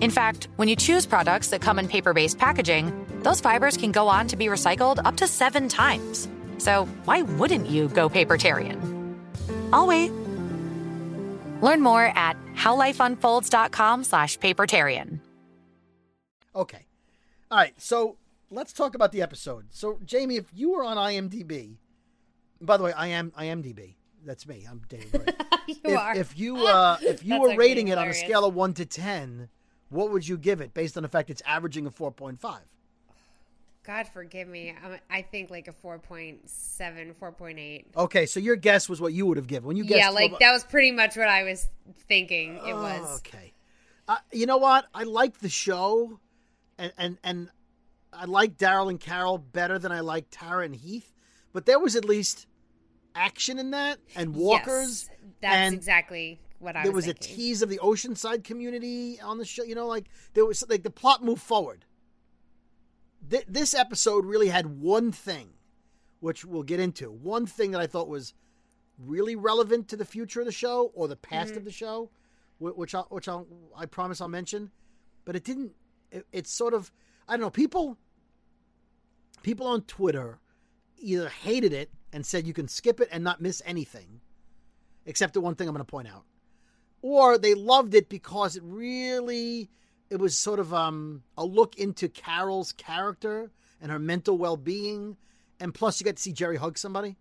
[SPEAKER 2] In fact, when you choose products that come in paper based packaging, those fibers can go on to be recycled up to seven times. So, why wouldn't you go Papertarian? I'll wait. Learn more at howlifeunfolds.com slash papertarian.
[SPEAKER 4] okay, all right. So let's talk about the episode. So Jamie, if you were on IMDb, by the way, I am IMDb. That's me. I'm David. Brody.
[SPEAKER 5] you
[SPEAKER 4] if,
[SPEAKER 5] are.
[SPEAKER 4] if you uh, if you
[SPEAKER 5] That's
[SPEAKER 4] were
[SPEAKER 5] actually
[SPEAKER 4] rating it on a
[SPEAKER 5] hilarious.
[SPEAKER 4] scale of one to ten, what would you give it based on the fact it's averaging a four point five?
[SPEAKER 5] God forgive me. I'm- I think like a 4.7, 4.8.
[SPEAKER 4] Okay, so your guess was what you would have given when you guessed.
[SPEAKER 5] Yeah, like
[SPEAKER 4] well,
[SPEAKER 5] that was pretty much what I was thinking it was.
[SPEAKER 4] Oh, Okay, uh, you know what? I like the show, and and and I like Daryl and Carol better than I like Tara and Heath, but there was at least action in that and walkers.
[SPEAKER 5] Yes, that's
[SPEAKER 4] and
[SPEAKER 5] exactly what I
[SPEAKER 4] There
[SPEAKER 5] was,
[SPEAKER 4] was, a
[SPEAKER 5] thinking.
[SPEAKER 4] tease of the Oceanside community on the show. You know, like there was like the plot moved forward. Th- this episode really had one thing, which we'll get into. One thing that I thought was really relevant to the future of the show or the past
[SPEAKER 5] Mm-hmm.
[SPEAKER 4] of the show, wh- which I which I I promise I'll mention. But it didn't. It, it's sort of I don't know. People people on Twitter either hated it and said you can skip it and not miss anything, except the one thing I'm going to point out, or they loved it because it really it was sort of um, a look into Carol's character and her mental well being, and plus you got to see Jerry hug somebody.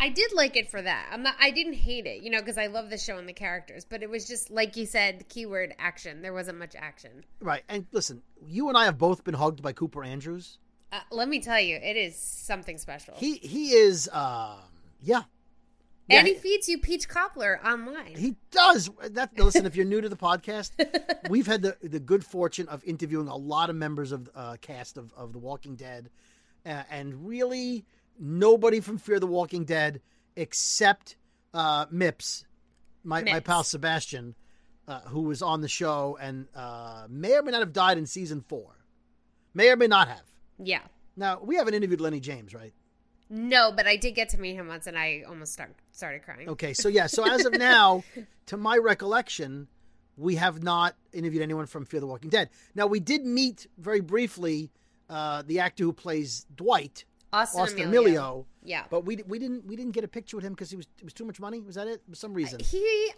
[SPEAKER 5] I did like it for that. I'm not. I didn't hate it, you know, because I love the show and the characters. But it was just like you said, keyword action. There wasn't much action.
[SPEAKER 4] Right, and listen, you and I have both been hugged by Cooper Andrews.
[SPEAKER 5] Uh, let me tell you, it is something special.
[SPEAKER 4] He he is, um, yeah,
[SPEAKER 5] and he feeds you peach cobbler online.
[SPEAKER 4] He does. That now listen, if you're new to the podcast, we've had the, the good fortune of interviewing a lot of members of uh, cast of, of The Walking Dead, uh, and really nobody from Fear the Walking Dead except uh, Mips, my my
[SPEAKER 5] Mips.
[SPEAKER 4] pal Sebastian, uh, who was on the show and uh, may or may not have died in season four, may or may not have.
[SPEAKER 5] yeah.
[SPEAKER 4] Now we haven't interviewed Lenny James, right?
[SPEAKER 5] No, but I did get to meet him once, and I almost start, started crying.
[SPEAKER 4] Okay, so yeah, so as of now, to my recollection, we have not interviewed anyone from Fear the Walking Dead. Now we did meet very briefly uh, the actor who plays Dwight,
[SPEAKER 5] Austin Emilio.
[SPEAKER 4] Emilio,
[SPEAKER 5] Yeah.
[SPEAKER 4] But we we didn't we didn't get a picture with him because he was it was too much money. Was that it? For some reason.
[SPEAKER 5] He,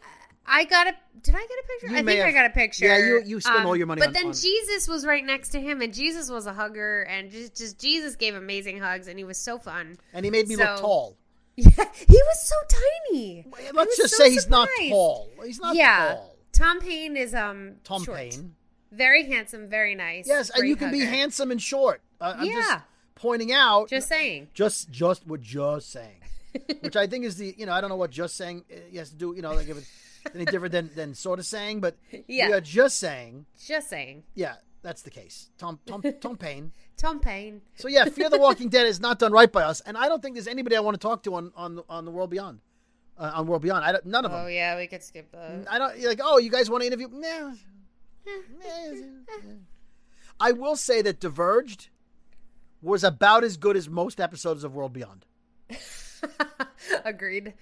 [SPEAKER 5] I got a. Did I get a picture?
[SPEAKER 4] You
[SPEAKER 5] I
[SPEAKER 4] may
[SPEAKER 5] think I
[SPEAKER 4] have-
[SPEAKER 5] got a picture. um,
[SPEAKER 4] Yeah, you- you spent all your money
[SPEAKER 5] But
[SPEAKER 4] on-
[SPEAKER 5] then
[SPEAKER 4] on-
[SPEAKER 5] Jesus was right next to him, and Jesus was a hugger, and just, just Jesus gave amazing hugs, and he was so fun.
[SPEAKER 4] and he made me look
[SPEAKER 5] So-
[SPEAKER 4] tall.
[SPEAKER 5] He was so tiny. I
[SPEAKER 4] Let's
[SPEAKER 5] was
[SPEAKER 4] just
[SPEAKER 5] so
[SPEAKER 4] say he's not
[SPEAKER 5] surprised.
[SPEAKER 4] tall. He's not
[SPEAKER 5] yeah.
[SPEAKER 4] tall.
[SPEAKER 5] Tom Payne is um
[SPEAKER 4] Tom
[SPEAKER 5] short.
[SPEAKER 4] Payne.
[SPEAKER 5] Very handsome, very nice.
[SPEAKER 4] Yes, and
[SPEAKER 5] great
[SPEAKER 4] you can be
[SPEAKER 5] hugger.
[SPEAKER 4] handsome and short. Uh, I'm just
[SPEAKER 5] Yeah.
[SPEAKER 4] pointing out.
[SPEAKER 5] Just saying.
[SPEAKER 4] Just, just what just saying, which I think is the you know I don't know what just saying uh, has to do you know like if it's any different than than sort of saying, but
[SPEAKER 5] Yeah.
[SPEAKER 4] we are just saying.
[SPEAKER 5] Just saying.
[SPEAKER 4] Yeah, that's the case. Tom Tom Tom Payne.
[SPEAKER 5] Tom Payne.
[SPEAKER 4] So yeah, Fear the Walking Dead is not done right by us, and I don't think there's anybody I want to talk to on on the- on the World Beyond, uh, on World Beyond. I don't, none of
[SPEAKER 5] Oh
[SPEAKER 4] them.
[SPEAKER 5] yeah, we could skip that.
[SPEAKER 4] I don't like. Oh, you guys want to interview? Nah. I will say that Diverged was about as good as most episodes of World Beyond.
[SPEAKER 5] Mm. Agreed.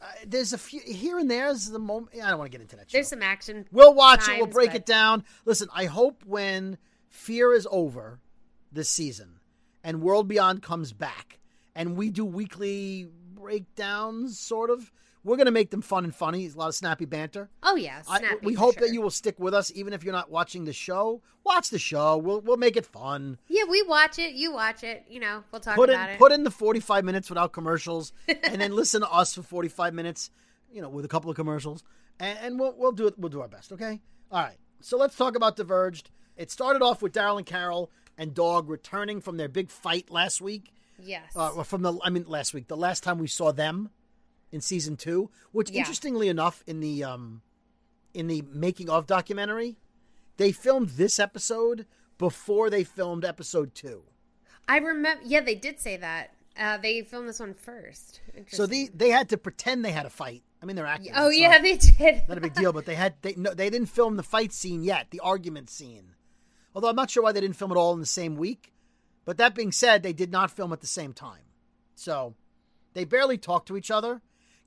[SPEAKER 4] Uh, There's a few here and there's the moment. I don't want to get into that. Shit.
[SPEAKER 5] There's some action.
[SPEAKER 4] We'll watch it. We'll
[SPEAKER 5] times,
[SPEAKER 4] break
[SPEAKER 5] but-
[SPEAKER 4] it down. Listen, I hope when Fear is over this season and World Beyond comes back and we do weekly breakdowns, sort of. We're gonna make them fun and funny. A lot of snappy banter.
[SPEAKER 5] Oh yeah,
[SPEAKER 4] I-
[SPEAKER 5] snappy
[SPEAKER 4] we
[SPEAKER 5] for
[SPEAKER 4] hope
[SPEAKER 5] sure.
[SPEAKER 4] that you will stick with us, even if you're not watching the show. Watch the show. We'll we'll make it fun.
[SPEAKER 5] Yeah, we watch it. You watch it. You know, we'll talk
[SPEAKER 4] put in
[SPEAKER 5] about it.
[SPEAKER 4] put in the 45 minutes without commercials, and then listen to us for 45 minutes, you know, with a couple of commercials, and, and we'll we'll do it. We'll do our best. Okay. All right. So let's talk about Diverged. It started off with Daryl and Carol and Dog returning from their big fight last week.
[SPEAKER 5] yes.
[SPEAKER 4] Uh, well, from the I mean last week, the last time we saw them in season two, which
[SPEAKER 5] Yeah.
[SPEAKER 4] interestingly enough, in the um, in the making of documentary, they filmed this episode before they filmed episode two.
[SPEAKER 5] I remember. Yeah, they did say that. Uh, they filmed this one first.
[SPEAKER 4] So they they had to pretend they had a fight. I mean, they're actors.
[SPEAKER 5] Oh
[SPEAKER 4] it's
[SPEAKER 5] yeah,
[SPEAKER 4] not,
[SPEAKER 5] they did.
[SPEAKER 4] not a big deal. But they had they no, they didn't film the fight scene yet, the argument scene. Although I'm not sure why they didn't film it all in the same week. But that being said, they did not film at the same time. So they barely talk to each other.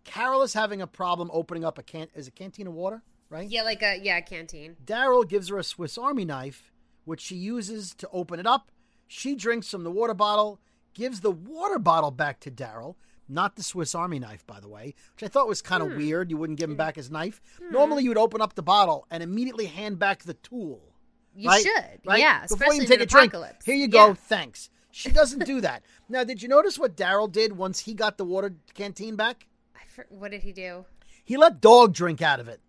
[SPEAKER 4] Carol is having a problem opening up a can is a canteen of water, right?
[SPEAKER 5] Yeah, like a yeah canteen.
[SPEAKER 4] Daryl gives her a Swiss Army knife, which she uses to open it up. She drinks from the water bottle, gives the water bottle back to Daryl, not the Swiss Army knife, by the way, which I thought was kind
[SPEAKER 5] Hmm.
[SPEAKER 4] of weird. You wouldn't give him back his knife. Normally, you would open up the bottle and immediately hand back the tool.
[SPEAKER 5] You
[SPEAKER 4] right?
[SPEAKER 5] should.
[SPEAKER 4] Right?
[SPEAKER 5] Yeah,
[SPEAKER 4] Before
[SPEAKER 5] especially
[SPEAKER 4] you
[SPEAKER 5] in
[SPEAKER 4] take
[SPEAKER 5] an
[SPEAKER 4] a drink,
[SPEAKER 5] apocalypse.
[SPEAKER 4] here you go,
[SPEAKER 5] Yeah.
[SPEAKER 4] thanks. She doesn't do that. Now, did you notice what Daryl did once he got the water canteen back?
[SPEAKER 5] I for, what did he do?
[SPEAKER 4] He let dog drink out of it.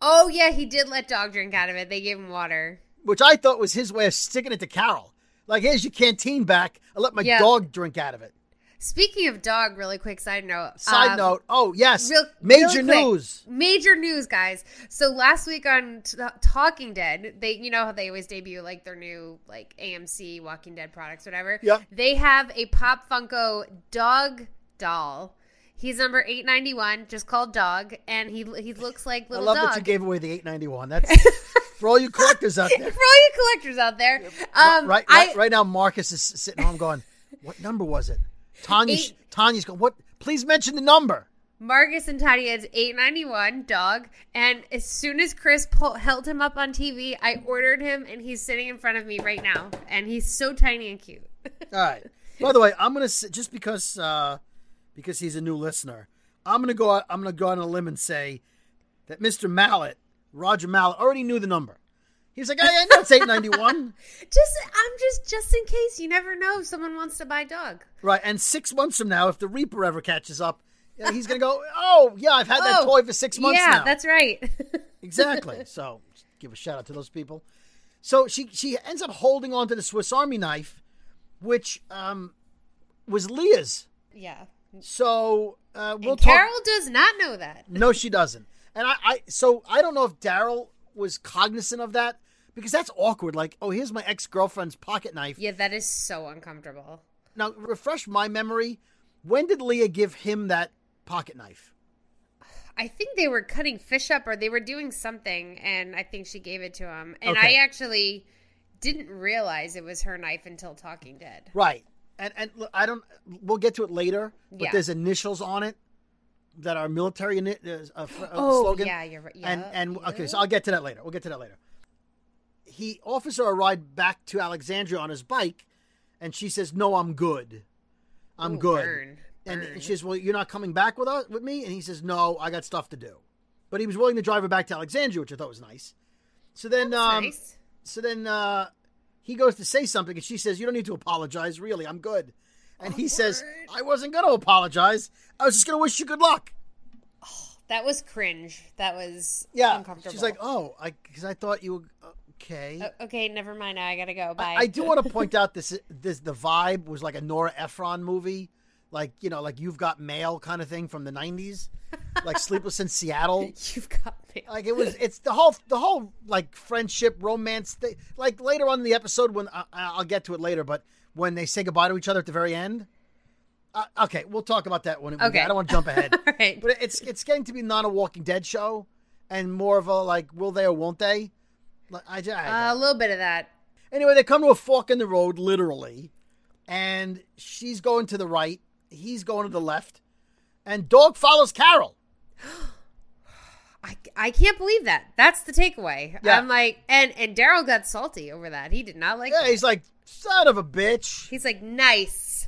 [SPEAKER 5] Oh yeah, he did let dog drink out of it. They gave him water.
[SPEAKER 4] which I thought was his way of sticking it to Carol. Like, here's your canteen back. I let my
[SPEAKER 5] Yeah.
[SPEAKER 4] dog drink out of it.
[SPEAKER 5] Speaking of dog, really quick side note.
[SPEAKER 4] Side
[SPEAKER 5] um,
[SPEAKER 4] note, oh yes,
[SPEAKER 5] Real,
[SPEAKER 4] major
[SPEAKER 5] real quick.
[SPEAKER 4] news.
[SPEAKER 5] Major news, guys. So last week on T- Talking Dead, they you know how they always debut like their new like AMC Walking Dead products, whatever.
[SPEAKER 4] Yep.
[SPEAKER 5] They have a Pop Funko dog doll. He's number eight ninety one, just called Dog, and he he looks like
[SPEAKER 4] I
[SPEAKER 5] little
[SPEAKER 4] love
[SPEAKER 5] dog.
[SPEAKER 4] that you gave away the 891. That's for all you collectors out
[SPEAKER 5] For all
[SPEAKER 4] there.
[SPEAKER 5] you collectors out there, um,
[SPEAKER 4] right,
[SPEAKER 5] I,
[SPEAKER 4] right, right now, Marcus is sitting home going, "What number was it?" Tanya,
[SPEAKER 5] Eight.
[SPEAKER 4] Tanya's going, "What? Please mention the number."
[SPEAKER 5] Marcus and Tanya is 891 dog and as soon as Chris pull, held him up on TV I ordered him and he's sitting in front of me right now and he's so tiny and cute.
[SPEAKER 4] All right. By the way, I'm gonna s- just because uh, because he's a new listener, I'm gonna go. Out, I'm gonna go on a limb and say that Mr. Mallet, Roger Mallet, already knew the number. He was like, "Oh yeah, I know it's 891."
[SPEAKER 5] just I'm just just in case you never know if someone wants to buy dog.
[SPEAKER 4] Right, and six months from now, if the Reaper ever catches up, yeah, he's gonna go, "Oh yeah, I've had that toy for six months
[SPEAKER 5] yeah,
[SPEAKER 4] now."
[SPEAKER 5] that's right.
[SPEAKER 4] exactly. So give a shout out to those people. So she she ends up holding on to the Swiss Army knife, which um was Leah's.
[SPEAKER 5] yeah.
[SPEAKER 4] So uh, we'll
[SPEAKER 5] and
[SPEAKER 4] talk.
[SPEAKER 5] Carol does not know that.
[SPEAKER 4] No, she doesn't. And I, I so I don't know if Daryl was cognizant of that because that's awkward. Like, oh, here's my ex girlfriend's pocket knife.
[SPEAKER 5] Yeah, that is so uncomfortable.
[SPEAKER 4] Now refresh my memory. When did Leah give him that pocket knife?
[SPEAKER 5] I think they were cutting fish up or they were doing something, and I think she gave it to him. And
[SPEAKER 4] Okay.
[SPEAKER 5] I actually didn't realize it was her knife until Talking Dead.
[SPEAKER 4] Right. And and look, I don't. We'll get to it later. But
[SPEAKER 5] Yeah.
[SPEAKER 4] there's initials on it that are military ini- uh, uh, fr- uh,
[SPEAKER 5] Oh,
[SPEAKER 4] slogan.
[SPEAKER 5] yeah, you're right.
[SPEAKER 4] And
[SPEAKER 5] Yup,
[SPEAKER 4] and okay,
[SPEAKER 5] yup.
[SPEAKER 4] so I'll get to that later. We'll get to that later. He officer arrived back to Alexandria on his bike, and she says, "No, I'm good. I'm
[SPEAKER 5] Ooh,
[SPEAKER 4] good.
[SPEAKER 5] burn,
[SPEAKER 4] And
[SPEAKER 5] burn.
[SPEAKER 4] she says, well, you're not coming back with us with me. And he says, no, I got stuff to do. But he was willing to drive her back to Alexandria, which I thought was nice. So then, um,
[SPEAKER 5] nice.
[SPEAKER 4] so then uh, he goes to say something, and she says, "You don't need to apologize. Really, I'm good." And he says, "I wasn't going to apologize. I was just going to wish you good luck."
[SPEAKER 5] That was cringe. That was
[SPEAKER 4] Yeah,
[SPEAKER 5] uncomfortable.
[SPEAKER 4] she's like, "Oh, I because I thought you were okay."
[SPEAKER 5] O- okay, never mind. Now I gotta go. Bye.
[SPEAKER 4] I, I do want to point out this this the vibe was like a Nora Ephron movie, like you know, like you've got mail kind of thing from the '90s, like Sleepless in Seattle.
[SPEAKER 5] You've got me.
[SPEAKER 4] Like it was, it's the whole the whole like friendship romance thing. Like later on in the episode, when I, I- I'll get to it later, but when they say goodbye to each other at the very end. Uh, okay, we'll talk about that when. Okay.
[SPEAKER 5] Okay.
[SPEAKER 4] I don't want to jump ahead,
[SPEAKER 5] All right.
[SPEAKER 4] but it's it's getting to be not a Walking Dead show, and more of a like will they or won't they? Like I, just.
[SPEAKER 5] Uh, a little bit of that.
[SPEAKER 4] Anyway, they come to a fork in the road, literally, and she's going to the right, he's going to the left, and Dog follows Carol.
[SPEAKER 5] I, I can't believe that. That's the takeaway.
[SPEAKER 4] Yeah.
[SPEAKER 5] I'm like, and and Daryl got salty over that. He did not like.
[SPEAKER 4] Yeah,
[SPEAKER 5] that.
[SPEAKER 4] he's like, son of a bitch.
[SPEAKER 5] He's like, nice.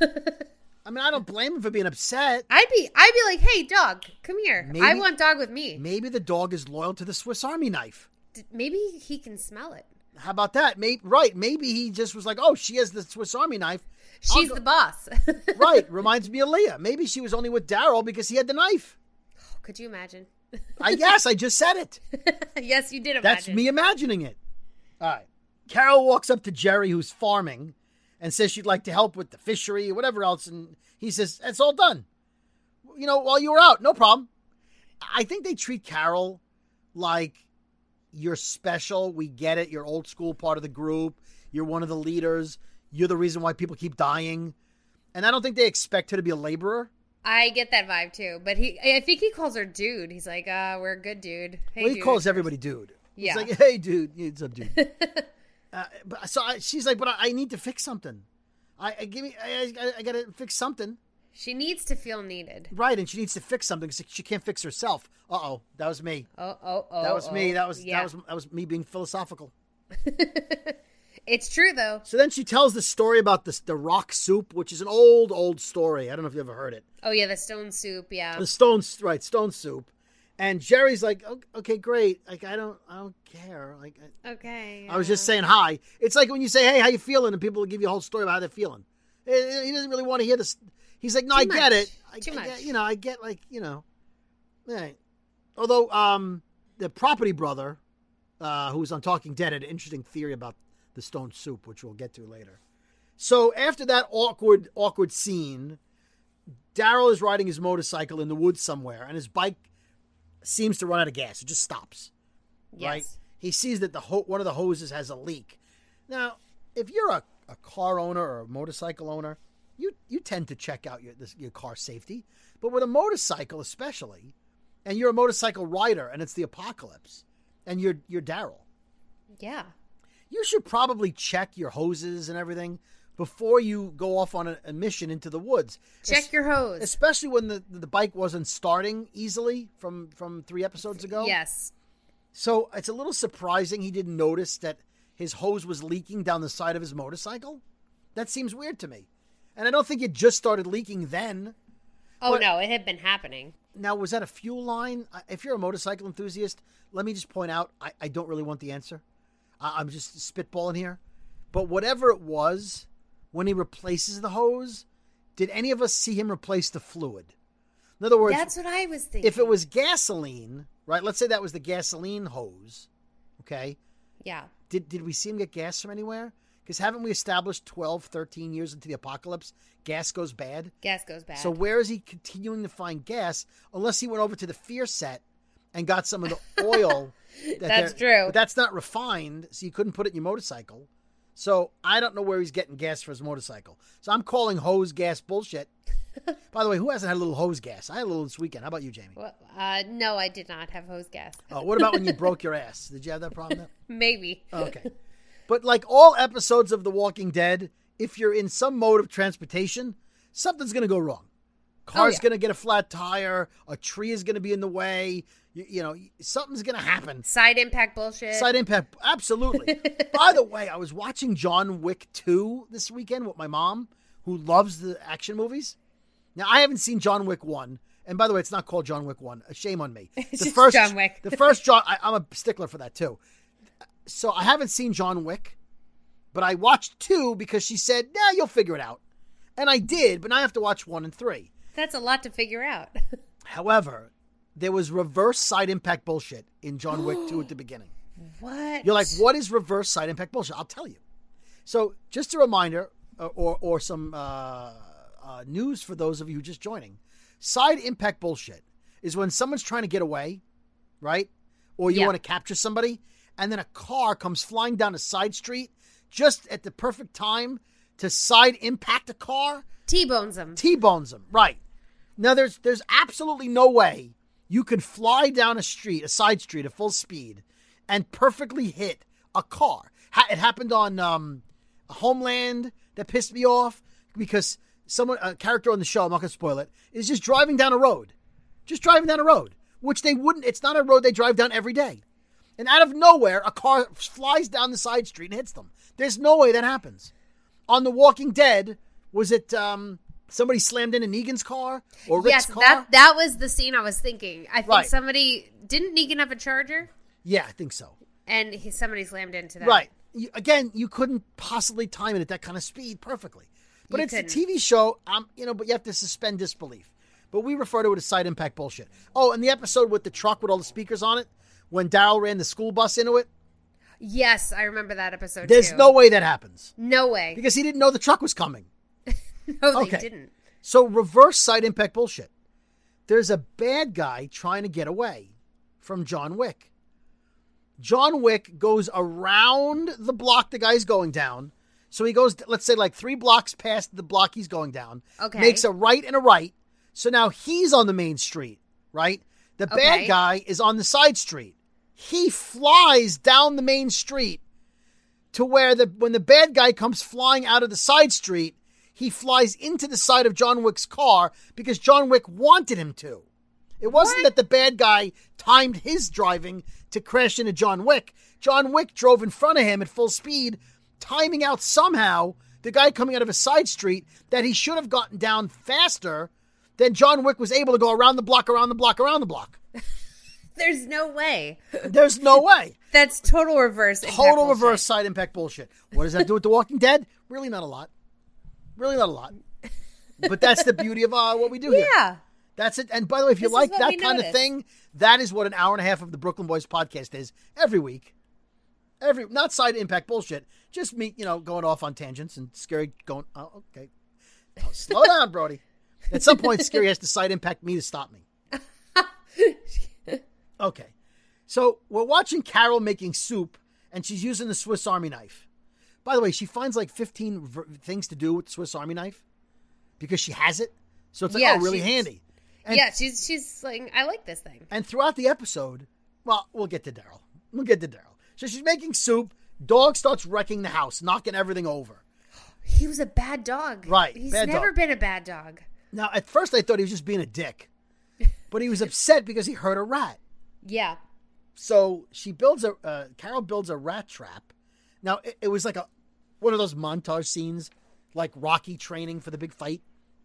[SPEAKER 4] I mean, I don't blame him for being upset.
[SPEAKER 5] I'd be I'd be like, hey, dog, come here. I
[SPEAKER 4] Maybe-
[SPEAKER 5] want dog with me.
[SPEAKER 4] Maybe the dog is loyal to the Swiss Army knife.
[SPEAKER 5] D- Maybe he can smell it.
[SPEAKER 4] How about that? Maybe right. Maybe he just was like, "Oh, she has the Swiss Army knife." I'll
[SPEAKER 5] She's
[SPEAKER 4] go-
[SPEAKER 5] the boss. Oh,
[SPEAKER 4] right. Reminds me of Leah. Maybe she was only with Daryl because he had the knife.
[SPEAKER 5] Could you imagine?
[SPEAKER 4] I yes, I just said it.
[SPEAKER 5] yes, you did imagine.
[SPEAKER 4] That's me imagining it. All right. Carol walks up to Jerry, who's farming, and says she'd like to help with the fishery, whatever else. And he says, It's all done. You know, while you were out, no problem. I think they treat Carol like you're special. We get it. You're old school, part of the group. You're one of the leaders. You're the reason why people keep dying. And I don't think they expect her to be a laborer.
[SPEAKER 5] I get that vibe too. But he, I think he calls her dude. He's like, uh, we're a good dude. Hey,
[SPEAKER 4] well, he
[SPEAKER 5] dude.
[SPEAKER 4] calls everybody dude.
[SPEAKER 5] Yeah.
[SPEAKER 4] He's like, hey, dude. Yeah, It's up, dude. uh, but, so I, she's like, but I, I need to fix something. I, I give me, I, I, I gotta fix something,
[SPEAKER 5] She needs to feel needed.
[SPEAKER 4] right? And she needs to fix something 'cause she can't fix herself. Uh oh, that was me.
[SPEAKER 5] Oh, oh, oh.
[SPEAKER 4] that was me.
[SPEAKER 5] oh.
[SPEAKER 4] That was
[SPEAKER 5] Yeah.
[SPEAKER 4] that was that was me being philosophical.
[SPEAKER 5] It's true though.
[SPEAKER 4] So then she tells the story about this the rock soup, which is an old old story. I don't know if you ever heard it.
[SPEAKER 5] Oh yeah, the stone soup. Yeah.
[SPEAKER 4] The stone right stone soup, and Jerry's like, "O- okay, great. Like I don't I don't care. Like I,
[SPEAKER 5] Okay.
[SPEAKER 4] I was just saying hi. It's like when you say, "Hey, how you feeling?" and people will give you a whole story about how they're feeling. Eh, eh, He doesn't really want to hear this. He's like, "No, I
[SPEAKER 5] Too
[SPEAKER 4] get
[SPEAKER 5] much.
[SPEAKER 4] it. I,
[SPEAKER 5] Too
[SPEAKER 4] I
[SPEAKER 5] much.
[SPEAKER 4] Get, you know, I get like you know." Eh. Although, um, the property brother, uh, who was on Talking Dead, had an interesting theory about the stone soup, which we'll get to later. So after that awkward, awkward scene, Daryl is riding his motorcycle in the woods somewhere, and his bike seems to run out of gas. It just stops
[SPEAKER 5] yes.
[SPEAKER 4] right? He sees that the ho- one of the hoses has a leak. Now, if you're a, a car owner or a motorcycle owner, you you tend to check out your this, your car safety. But with a motorcycle, especially, and you're a motorcycle rider, and it's the apocalypse, and you're you're Daryl,
[SPEAKER 5] Yeah.
[SPEAKER 4] you should probably check your hoses and everything before you go off on a, a mission into the woods.
[SPEAKER 5] Check
[SPEAKER 4] Es-
[SPEAKER 5] your hose.
[SPEAKER 4] Especially when the, the bike wasn't starting easily from from three episodes ago.
[SPEAKER 5] Yes.
[SPEAKER 4] So it's a little surprising he didn't notice that his hose was leaking down the side of his motorcycle. That seems weird to me. And I don't think it just started leaking then.
[SPEAKER 5] Oh
[SPEAKER 4] But-
[SPEAKER 5] no, it had been happening.
[SPEAKER 4] Now, was that a fuel line? I- If you're a motorcycle enthusiast, let me just point out I, I don't really want the answer. I, I'm just spitballing here. But whatever it was, when he replaces the hose, did any of us see him replace the fluid? In other words,
[SPEAKER 5] That's what I was thinking.
[SPEAKER 4] if it was gasoline, right? Let's say that was the gasoline hose, okay?
[SPEAKER 5] yeah.
[SPEAKER 4] did did we see him get gas from anywhere? Because haven't we established 12, 13 years into the apocalypse, gas goes bad?
[SPEAKER 5] Gas goes bad.
[SPEAKER 4] So where is he continuing to find gas unless he went over to the fear set and got some of the oil? that
[SPEAKER 5] That's
[SPEAKER 4] they're-
[SPEAKER 5] true.
[SPEAKER 4] But that's not refined, so you couldn't put it in your motorcycle. So I don't know where he's getting gas for his motorcycle. So I'm calling hose gas bullshit. By the way, who hasn't had a little hose gas? I had a little this weekend. How about you, Jamie?
[SPEAKER 5] Well, uh, no, I did not have hose gas.
[SPEAKER 4] Oh, what about when you broke your ass? Did you have that problem?
[SPEAKER 5] Maybe.
[SPEAKER 4] Okay. But like all episodes of The Walking Dead, if you're in some mode of transportation, something's going to go wrong. Car's
[SPEAKER 5] yeah.
[SPEAKER 4] going to get a flat tire, a tree is going to be in the way, you, you know, something's going to happen.
[SPEAKER 5] Side impact bullshit.
[SPEAKER 4] Side impact, absolutely. By the way, I was watching John Wick 2 this weekend with my mom, who loves the action movies. Now I haven't seen John Wick one, and by the way, it's not called John Wick one. A Shame on me.
[SPEAKER 5] It's
[SPEAKER 4] the
[SPEAKER 5] just
[SPEAKER 4] first
[SPEAKER 5] John Wick.
[SPEAKER 4] the first John. I, I'm a stickler for that too. So I haven't seen John Wick, but I watched two because she said, "Nah, you'll figure it out," and I did. But now I have to watch one and three.
[SPEAKER 5] That's a lot to figure out.
[SPEAKER 4] However, there was reverse side impact bullshit in John Wick 2 at the beginning.
[SPEAKER 5] What?
[SPEAKER 4] You're like, what is reverse side impact bullshit? I'll tell you. So, just a reminder uh, or, or some uh, uh, news for those of you just joining side impact bullshit is when someone's trying to get away, right? Or you
[SPEAKER 5] Yeah.
[SPEAKER 4] want to capture somebody, and then a car comes flying down a side street just at the perfect time to side impact a car.
[SPEAKER 5] T bones them.
[SPEAKER 4] T-bones them, right. Now there's there's absolutely no way you could fly down a street, a side street at full speed and perfectly hit a car. Ha- it happened on um, Homeland that pissed me off because someone a character on the show, I'm not going to spoil it, is just driving down a road. Just driving down a road, which they wouldn't it's not a road they drive down every day. And out of nowhere, a car flies down the side street and hits them. There's no way that happens. On The Walking Dead, was it um, somebody slammed into Negan's car or Rick's
[SPEAKER 5] yes,
[SPEAKER 4] car?
[SPEAKER 5] that that was the scene I was thinking. I think
[SPEAKER 4] Right.
[SPEAKER 5] somebody didn't Negan have a charger,
[SPEAKER 4] yeah, I think so.
[SPEAKER 5] and he, somebody slammed into that.
[SPEAKER 4] Right. You, again, you couldn't possibly time it at that kind of speed perfectly. But
[SPEAKER 5] You
[SPEAKER 4] it's
[SPEAKER 5] couldn't.
[SPEAKER 4] a TV show, um, you know, but you have to suspend disbelief. But we refer to it as side impact bullshit. Oh, and the episode with the truck with all the speakers on it, when Daryl ran the school bus into it,
[SPEAKER 5] Yes, I remember that episode.
[SPEAKER 4] there's
[SPEAKER 5] too.
[SPEAKER 4] no way that happens
[SPEAKER 5] no way.
[SPEAKER 4] because he didn't know the truck was coming.
[SPEAKER 5] no, they
[SPEAKER 4] okay.
[SPEAKER 5] didn't.
[SPEAKER 4] So reverse side impact bullshit. There's a bad guy trying to get away from John Wick. John Wick goes around the block the guy's going down. So he goes, let's say, like three blocks past the block he's going down.
[SPEAKER 5] Okay.
[SPEAKER 4] Makes a right and a right. So now he's on the main street, right? The
[SPEAKER 5] Okay.
[SPEAKER 4] bad guy is on the side street. He flies down the main street to where the when the bad guy comes flying out of the side street, he flies into the side of John Wick's car because John Wick wanted him to. It wasn't that the bad guy timed his driving to crash into John Wick. John Wick drove in front of him at full speed, timing out somehow the guy coming out of a side street that he should have gotten down faster than John Wick was able to go around the block, around the block, around the block.
[SPEAKER 5] There's no way.
[SPEAKER 4] There's no way.
[SPEAKER 5] That's total reverse. impact
[SPEAKER 4] Total
[SPEAKER 5] bullshit.
[SPEAKER 4] reverse side impact bullshit. What does that do with The Walking Dead? Really not a lot. Really not a lot. But that's the beauty of uh, what we do here.
[SPEAKER 5] Yeah.
[SPEAKER 4] That's it. And by the way, if you
[SPEAKER 5] This is
[SPEAKER 4] like
[SPEAKER 5] what
[SPEAKER 4] that
[SPEAKER 5] we
[SPEAKER 4] kind
[SPEAKER 5] noticed.
[SPEAKER 4] of thing, that is what an hour and a half of the Brooklyn Boys podcast is every week. Every not side impact bullshit. Just me, you know, going off on tangents and scary going. Oh, okay, Oh, slow down, Brody. At some point, scary has to side impact me to stop me. Okay, so we're watching Carol making soup, and she's using the Swiss Army knife. By the way, she finds like fifteen ver- things to do with the Swiss Army knife because she has it. So it's like
[SPEAKER 5] Yeah,
[SPEAKER 4] oh, really
[SPEAKER 5] she's-
[SPEAKER 4] handy. And-
[SPEAKER 5] yeah, she's she's like, I like this thing.
[SPEAKER 4] and throughout the episode, well, we'll get to Daryl. We'll get to Daryl. So she's making soup. Dog starts wrecking the house, knocking everything over.
[SPEAKER 5] He was a bad dog.
[SPEAKER 4] Right,
[SPEAKER 5] He's
[SPEAKER 4] bad
[SPEAKER 5] never
[SPEAKER 4] dog.
[SPEAKER 5] been a bad dog.
[SPEAKER 4] Now, at first, I thought he was just being a dick, but he was upset because he hurt a rat.
[SPEAKER 5] Yeah.
[SPEAKER 4] So she builds a uh, Carol builds a rat trap. Now it, it was like a one of those montage scenes, like Rocky training for the big fight.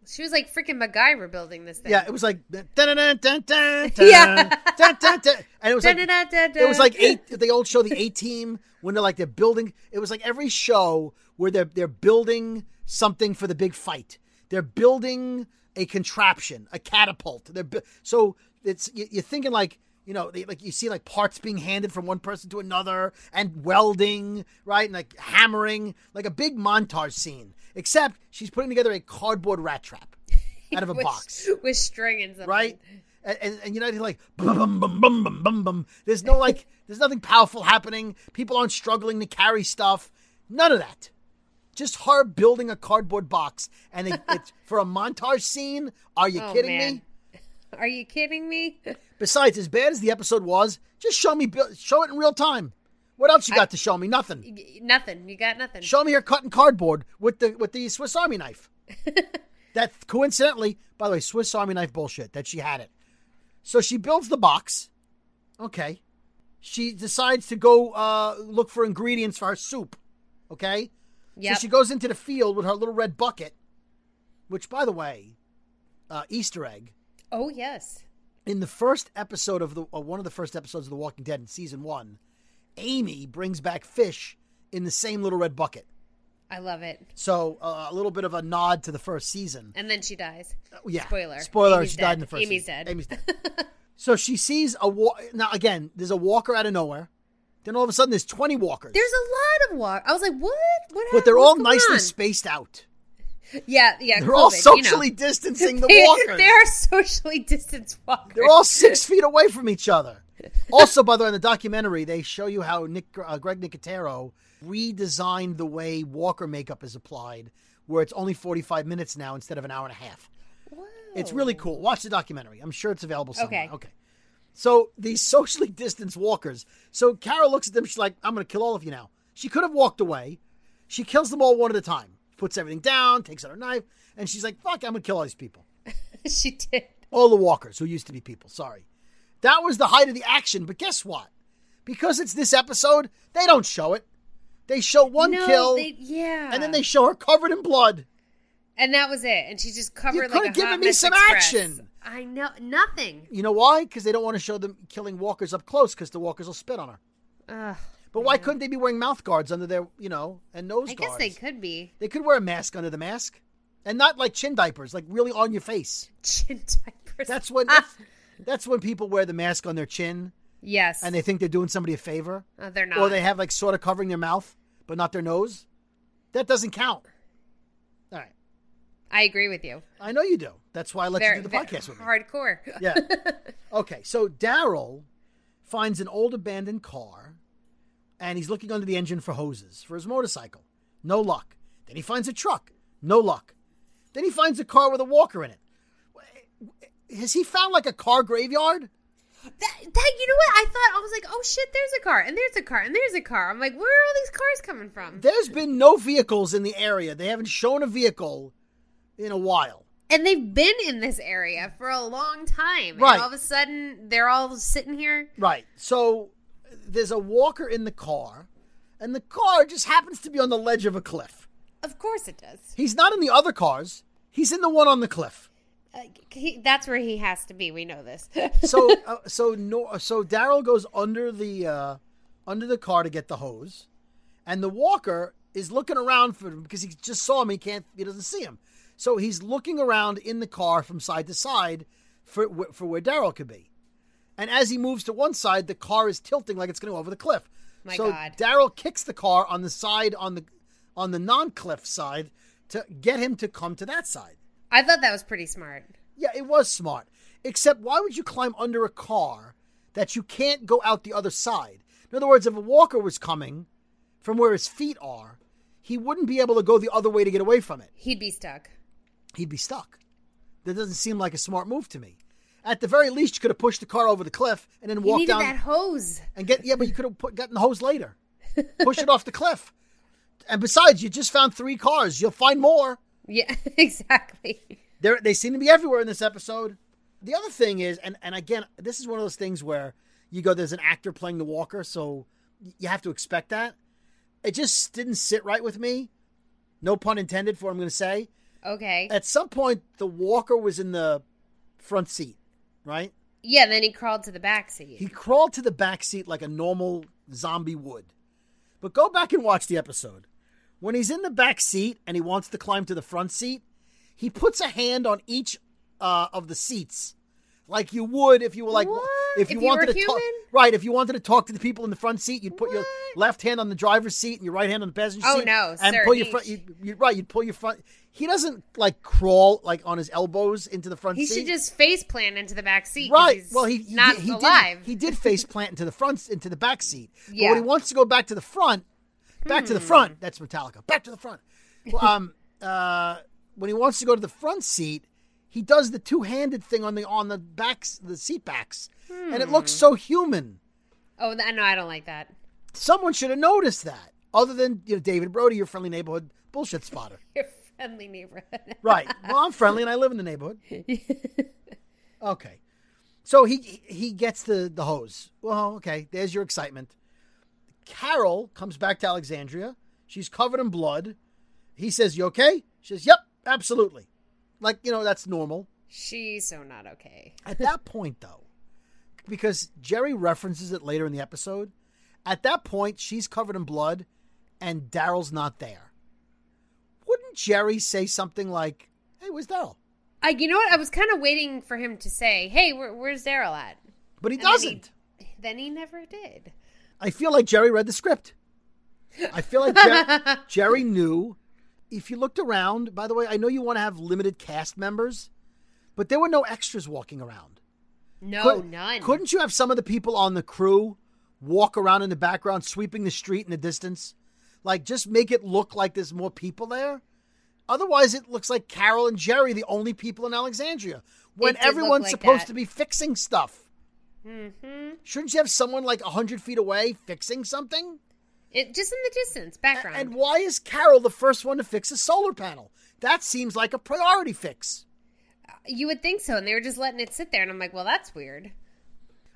[SPEAKER 5] She was like freaking MacGyver building this thing.
[SPEAKER 4] Yeah, it was like dun dun dun dun dun
[SPEAKER 5] Yeah.
[SPEAKER 4] dun dun dun, dun. and it was like
[SPEAKER 5] Dun-dun-dun-dun-dun.
[SPEAKER 4] it was like eight. They old show the A Team when they're like they're building. It was like every show where they're they're building something for the big fight. They're building a contraption, a catapult. They're bu- so it's you, you're thinking like you know they, like you see like parts being handed from one person to another and welding right and like hammering like a big montage scene. Except she's putting together a cardboard rat trap out of a
[SPEAKER 5] with,
[SPEAKER 4] box
[SPEAKER 5] with string and something.
[SPEAKER 4] right? And, and, and United like bum bum bum bum bum bum bum. There's no like, there's nothing powerful happening. People aren't struggling to carry stuff. None of that. Just her building a cardboard box, and it, it's for a montage scene. Are you
[SPEAKER 5] Oh,
[SPEAKER 4] kidding
[SPEAKER 5] man.
[SPEAKER 4] me?
[SPEAKER 5] Are you kidding me?
[SPEAKER 4] Besides, as bad as the episode was, just show me, bu- show it in real time. What else you got to show me? Nothing.
[SPEAKER 5] nothing. You got nothing.
[SPEAKER 4] Show me her cutting cardboard with the with the Swiss Army knife. that coincidentally, by the way, Swiss Army knife bullshit that she had it. So she builds the box. Okay. She decides to go uh, look for ingredients for her soup. Okay.
[SPEAKER 5] Yep.
[SPEAKER 4] So she goes into the field with her little red bucket Which, by the way, uh, Easter egg
[SPEAKER 5] Oh yes.
[SPEAKER 4] in the first episode of the uh, one of the first episodes of The Walking Dead in season one, Amy brings back fish in the same little red bucket.
[SPEAKER 5] I love it.
[SPEAKER 4] So uh, a little bit of a nod to the first season.
[SPEAKER 5] And then she dies.
[SPEAKER 4] Oh, yeah.
[SPEAKER 5] Spoiler.
[SPEAKER 4] Spoiler,
[SPEAKER 5] Amy's
[SPEAKER 4] she died
[SPEAKER 5] dead.
[SPEAKER 4] in the first
[SPEAKER 5] Amy's
[SPEAKER 4] season.
[SPEAKER 5] dead.
[SPEAKER 4] Amy's dead. so she sees a wa- now again. There's a walker out of nowhere. Then all of a sudden, there's 20 walkers,
[SPEAKER 5] There's a lot of walk. I was like, what? What?
[SPEAKER 4] but they're
[SPEAKER 5] happened?
[SPEAKER 4] all
[SPEAKER 5] What's going
[SPEAKER 4] nicely
[SPEAKER 5] on?
[SPEAKER 4] spaced out.
[SPEAKER 5] Yeah, yeah.
[SPEAKER 4] They're all
[SPEAKER 5] COVID, you know.
[SPEAKER 4] socially distancing the
[SPEAKER 5] They-
[SPEAKER 4] walkers.
[SPEAKER 5] They are socially distanced walkers.
[SPEAKER 4] They're all six feet away from each other. Also, by the way, in the documentary, they show you how Nick, uh, Greg Nicotero redesigned the way walker makeup is applied, where it's only 45 minutes now instead of an hour and a half. It's really cool. Watch the documentary. I'm sure it's available somewhere.
[SPEAKER 5] Okay.
[SPEAKER 4] Okay. So these socially distanced walkers. So Carol looks at them. She's like, "I'm going to kill all of you now." She could have walked away. She kills them all one at a time. Puts everything down. Takes out her knife, and she's like, "Fuck! I'm going to kill all these people."
[SPEAKER 5] she did.
[SPEAKER 4] all the walkers who used to be people. Sorry. That was the height of the action, but guess what? Because it's this episode, they don't show it. They show one
[SPEAKER 5] no,
[SPEAKER 4] kill,
[SPEAKER 5] They, yeah.
[SPEAKER 4] and then they show her covered in blood.
[SPEAKER 5] And that was it. And she just covered
[SPEAKER 4] You
[SPEAKER 5] like
[SPEAKER 4] coulda
[SPEAKER 5] a
[SPEAKER 4] given
[SPEAKER 5] hot
[SPEAKER 4] me
[SPEAKER 5] mess
[SPEAKER 4] some
[SPEAKER 5] express.
[SPEAKER 4] action.
[SPEAKER 5] I know nothing.
[SPEAKER 4] You know why? Because they don't want to show them killing walkers up close, because the walkers will spit on her.
[SPEAKER 5] Ugh,
[SPEAKER 4] But why couldn't they be wearing mouth guards under their, you know, and nose
[SPEAKER 5] Mm-hmm. I guess
[SPEAKER 4] guards?
[SPEAKER 5] they could be
[SPEAKER 4] They could wear a mask under the mask, and not like chin diapers, like really on your face.
[SPEAKER 5] chin diapers.
[SPEAKER 4] That's when that's, that's when people wear the mask on their chin
[SPEAKER 5] yes,
[SPEAKER 4] and they think they're doing somebody a favor.
[SPEAKER 5] Uh, they're not.
[SPEAKER 4] Or they have like sort of covering their mouth, but not their nose. That doesn't count. All right.
[SPEAKER 5] I agree with you.
[SPEAKER 4] I know you do. That's why I let
[SPEAKER 5] They're-
[SPEAKER 4] you do the
[SPEAKER 5] they're
[SPEAKER 4] podcast with me.
[SPEAKER 5] Hardcore.
[SPEAKER 4] Yeah. Okay. So Daryl finds an old abandoned car and he's looking under the engine for hoses for his motorcycle. No luck. Then he finds a truck. No luck. Then he finds a car with a walker in it. Has he found like a car graveyard?
[SPEAKER 5] That, that you know what I thought I was like oh shit there's a car and there's a car and there's a car I'm like where are all these cars coming from
[SPEAKER 4] There's been no vehicles in the area. They haven't shown a vehicle in a while.
[SPEAKER 5] and they've been in this area for a long time
[SPEAKER 4] Right.
[SPEAKER 5] and all of a sudden they're all sitting here
[SPEAKER 4] Right. So there's a walker in the car, and the car just happens to be on the ledge of a cliff.
[SPEAKER 5] of course it does
[SPEAKER 4] He's not in the other cars, he's in the one on the cliff.
[SPEAKER 5] uh, he, that's where he has to be we know this
[SPEAKER 4] So uh, so no, so Daryl goes under the uh, under the car to get the hose, and the walker is looking around for him because he just saw him. He can't. He doesn't see him. So he's looking around in the car from side to side for wh- for where Daryl could be. And as he moves to one side, the car is tilting like it's going to go over the cliff.
[SPEAKER 5] My
[SPEAKER 4] so
[SPEAKER 5] God.
[SPEAKER 4] Daryl kicks the car on the side on the on the non-cliff side to get him to come to that side.
[SPEAKER 5] I thought that was pretty smart
[SPEAKER 4] Yeah, it was smart. Except, why would you climb under a car that you can't go out the other side? In other words, if a walker was coming from where his feet are, he wouldn't be able to go the other way to get away from it.
[SPEAKER 5] he'd be stuck
[SPEAKER 4] He'd be stuck. That doesn't seem like a smart move to me. At the very least, you could have pushed the car over the cliff and then
[SPEAKER 5] he
[SPEAKER 4] walked
[SPEAKER 5] needed
[SPEAKER 4] down
[SPEAKER 5] that hose
[SPEAKER 4] and get. Yeah, but you could have put, gotten the hose later. Push it off the cliff. And besides, you just found three cars. You'll find more.
[SPEAKER 5] yeah exactly
[SPEAKER 4] They're, they seem to be everywhere in this episode. The other thing is, and, and again, this is one of those things where you go, there's an actor playing the Walker, so you have to expect that. It just didn't sit right with me. No pun intended for what I'm going to say.
[SPEAKER 5] okay
[SPEAKER 4] At some point, the Walker was in the front seat, right?
[SPEAKER 5] yeah then he crawled to the back seat
[SPEAKER 4] He crawled to the back seat like a normal zombie would. But go back and watch the episode. When he's in the back seat and he wants to climb to the front seat, he puts a hand on each uh, of the seats, like you would if you were like
[SPEAKER 5] What?
[SPEAKER 4] if you
[SPEAKER 5] If you
[SPEAKER 4] wanted
[SPEAKER 5] were
[SPEAKER 4] to talk.
[SPEAKER 5] human?
[SPEAKER 4] Right, if you wanted to talk to the people in the front seat, you'd put your
[SPEAKER 5] What?
[SPEAKER 4] left hand on the driver's seat and your right hand on the passenger
[SPEAKER 5] Oh,
[SPEAKER 4] seat.
[SPEAKER 5] no,
[SPEAKER 4] and
[SPEAKER 5] sir,
[SPEAKER 4] pull your
[SPEAKER 5] he-
[SPEAKER 4] front. You, you, right, you'd pull your front. He doesn't like crawl like on his elbows into the front
[SPEAKER 5] He
[SPEAKER 4] seat.
[SPEAKER 5] should just face plant into the back seat. 'cause
[SPEAKER 4] Right.
[SPEAKER 5] He's
[SPEAKER 4] well, he he
[SPEAKER 5] not
[SPEAKER 4] did, he
[SPEAKER 5] alive.
[SPEAKER 4] Did, he did face plant into the front, into the back seat. But
[SPEAKER 5] Yeah. Hmm.
[SPEAKER 4] when he wants to go back to the front, back to the front. That's Metallica. Back to the front. Well, um, uh, when he wants to go to the front seat, he does the two-handed thing on the on the backs, the seat backs, and it
[SPEAKER 5] Hmm.
[SPEAKER 4] looks so human.
[SPEAKER 5] oh th- no, I don't like that.
[SPEAKER 4] Someone should have noticed that, other than you know David Brody, your friendly neighborhood bullshit spotter.
[SPEAKER 5] Your friendly neighborhood.
[SPEAKER 4] Right. Well, I'm friendly and I live in the neighborhood. Okay. So he he gets the the hose. Well, okay. There's your excitement. Carol comes back to Alexandria. She's covered in blood. He says, "You okay?" She says, "Yep, absolutely." Like, you know, that's normal.
[SPEAKER 5] She's so not okay.
[SPEAKER 4] At that point, though, because Jerry references it later in the episode, at that point, she's covered in blood and Daryl's not there. Wouldn't Jerry say something like, hey, where's Daryl?
[SPEAKER 5] I, you know what? I was kind of waiting for him to say, "Hey, where, where's Daryl at?"
[SPEAKER 4] But he
[SPEAKER 5] And then
[SPEAKER 4] doesn't.
[SPEAKER 5] Then he never did.
[SPEAKER 4] I feel like Jerry read the script. I feel like Jer- Jerry knew. If you looked around, by the way, I know you want to have limited cast members, but there were no extras walking around.
[SPEAKER 5] No,
[SPEAKER 4] Couldn't-
[SPEAKER 5] none.
[SPEAKER 4] Couldn't you have some of the people on the crew walk around in the background, sweeping the street in the distance? Like, just make it look like there's more people there? Otherwise, it looks like Carol and Jerry, the only people in Alexandria, when
[SPEAKER 5] It did look
[SPEAKER 4] everyone's
[SPEAKER 5] like
[SPEAKER 4] supposed
[SPEAKER 5] that.
[SPEAKER 4] to be fixing stuff.
[SPEAKER 5] hmm
[SPEAKER 4] Shouldn't you have someone like 100 feet away fixing something?
[SPEAKER 5] It just in the distance, background.
[SPEAKER 4] And why is Carol the first one to fix a solar panel? That seems like a priority fix.
[SPEAKER 5] Uh, you would think so, and they were just letting it sit there, and I'm like, well, that's weird.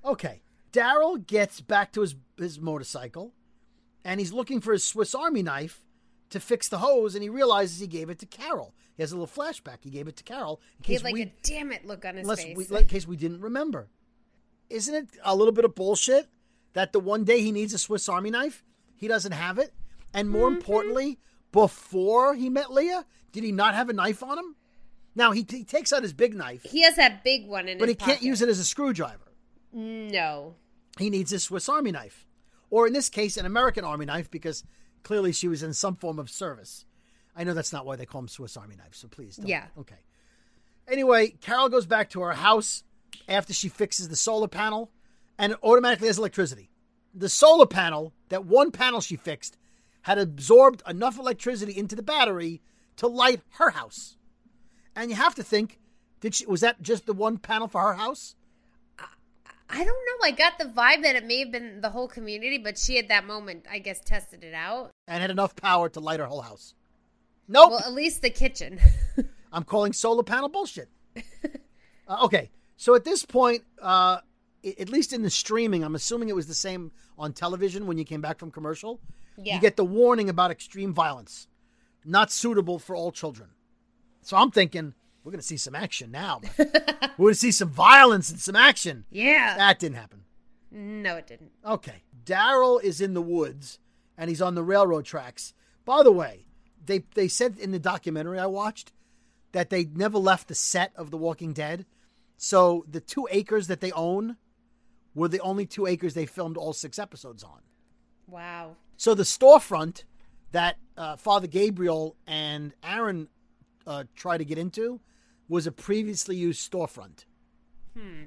[SPEAKER 4] Okay, Daryl gets back to his, his motorcycle and he's looking for his Swiss Army knife to fix the hose and he realizes he gave it to Carol. He has a little flashback. He gave it to Carol in
[SPEAKER 5] He had
[SPEAKER 4] case,
[SPEAKER 5] like
[SPEAKER 4] we,
[SPEAKER 5] a damn it look on his
[SPEAKER 4] unless
[SPEAKER 5] face.
[SPEAKER 4] we, in case we didn't remember. Isn't it a little bit of bullshit that the one day he needs a Swiss Army knife, he doesn't have it? And more importantly, before he met Leah, did he not have a knife on him? Now he, he takes out his big knife,
[SPEAKER 5] he has that big one in
[SPEAKER 4] but he
[SPEAKER 5] his
[SPEAKER 4] can't use it as a screwdriver.
[SPEAKER 5] No.
[SPEAKER 4] He needs his Swiss Army knife, or in this case, an American Army knife, because clearly she was in some form of service. I know that's not why they call them Swiss Army knives, so please don't.
[SPEAKER 5] Yeah.
[SPEAKER 4] Okay. Anyway, Carol goes back to her house after she fixes the solar panel, and it automatically has electricity. The solar panel, that one panel she fixed, had absorbed enough electricity into the battery to light her house. And you have to think, did she was that just the one panel for her house?
[SPEAKER 5] I don't know. I got the vibe that it may have been the whole community, but she at that moment, I guess, tested it out.
[SPEAKER 4] And had enough power to light her whole house. Nope.
[SPEAKER 5] Well, uh- at least the kitchen.
[SPEAKER 4] I'm calling solar panel bullshit. Uh, okay, so at this point, uh, i- at least in the streaming, I'm assuming it was the same on television when you came back from commercial.
[SPEAKER 5] Yeah.
[SPEAKER 4] You get the warning about extreme violence, not suitable for all children. So I'm thinking we're going to see some action now. we're going to see some violence and some action.
[SPEAKER 5] yeah.
[SPEAKER 4] That didn't happen.
[SPEAKER 5] no, it didn't.
[SPEAKER 4] Okay. Daryl is in the woods and he's on the railroad tracks. By the way, they they said in the documentary I watched that they never left the set of The Walking Dead. So the two acres that they own were the only two acres they filmed all six episodes on.
[SPEAKER 5] Wow.
[SPEAKER 4] So the storefront that uh, Father Gabriel and Aaron uh, try to get into was a previously used storefront.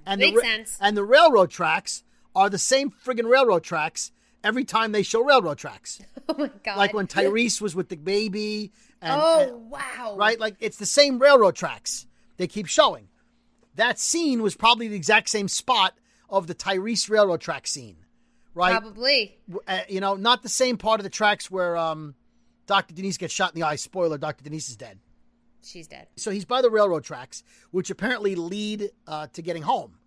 [SPEAKER 4] And the
[SPEAKER 5] Hmm, Makes
[SPEAKER 4] ra-
[SPEAKER 5] sense.
[SPEAKER 4] And the railroad tracks are the same friggin' railroad tracks every time they show railroad tracks.
[SPEAKER 5] Oh my god.
[SPEAKER 4] Like when Tyrese was with the baby. And,
[SPEAKER 5] Oh
[SPEAKER 4] and-
[SPEAKER 5] wow.
[SPEAKER 4] right? Like it's the same railroad tracks they keep showing. That scene was probably the exact same spot of the Tyrese railroad track scene, right?
[SPEAKER 5] Probably.
[SPEAKER 4] w- uh, you know, not the same part of the tracks where um, Dr. Denise gets shot in the eye. Spoiler, Dr. Denise is dead.
[SPEAKER 5] She's dead.
[SPEAKER 4] So he's by the railroad tracks, which apparently lead uh, to getting home.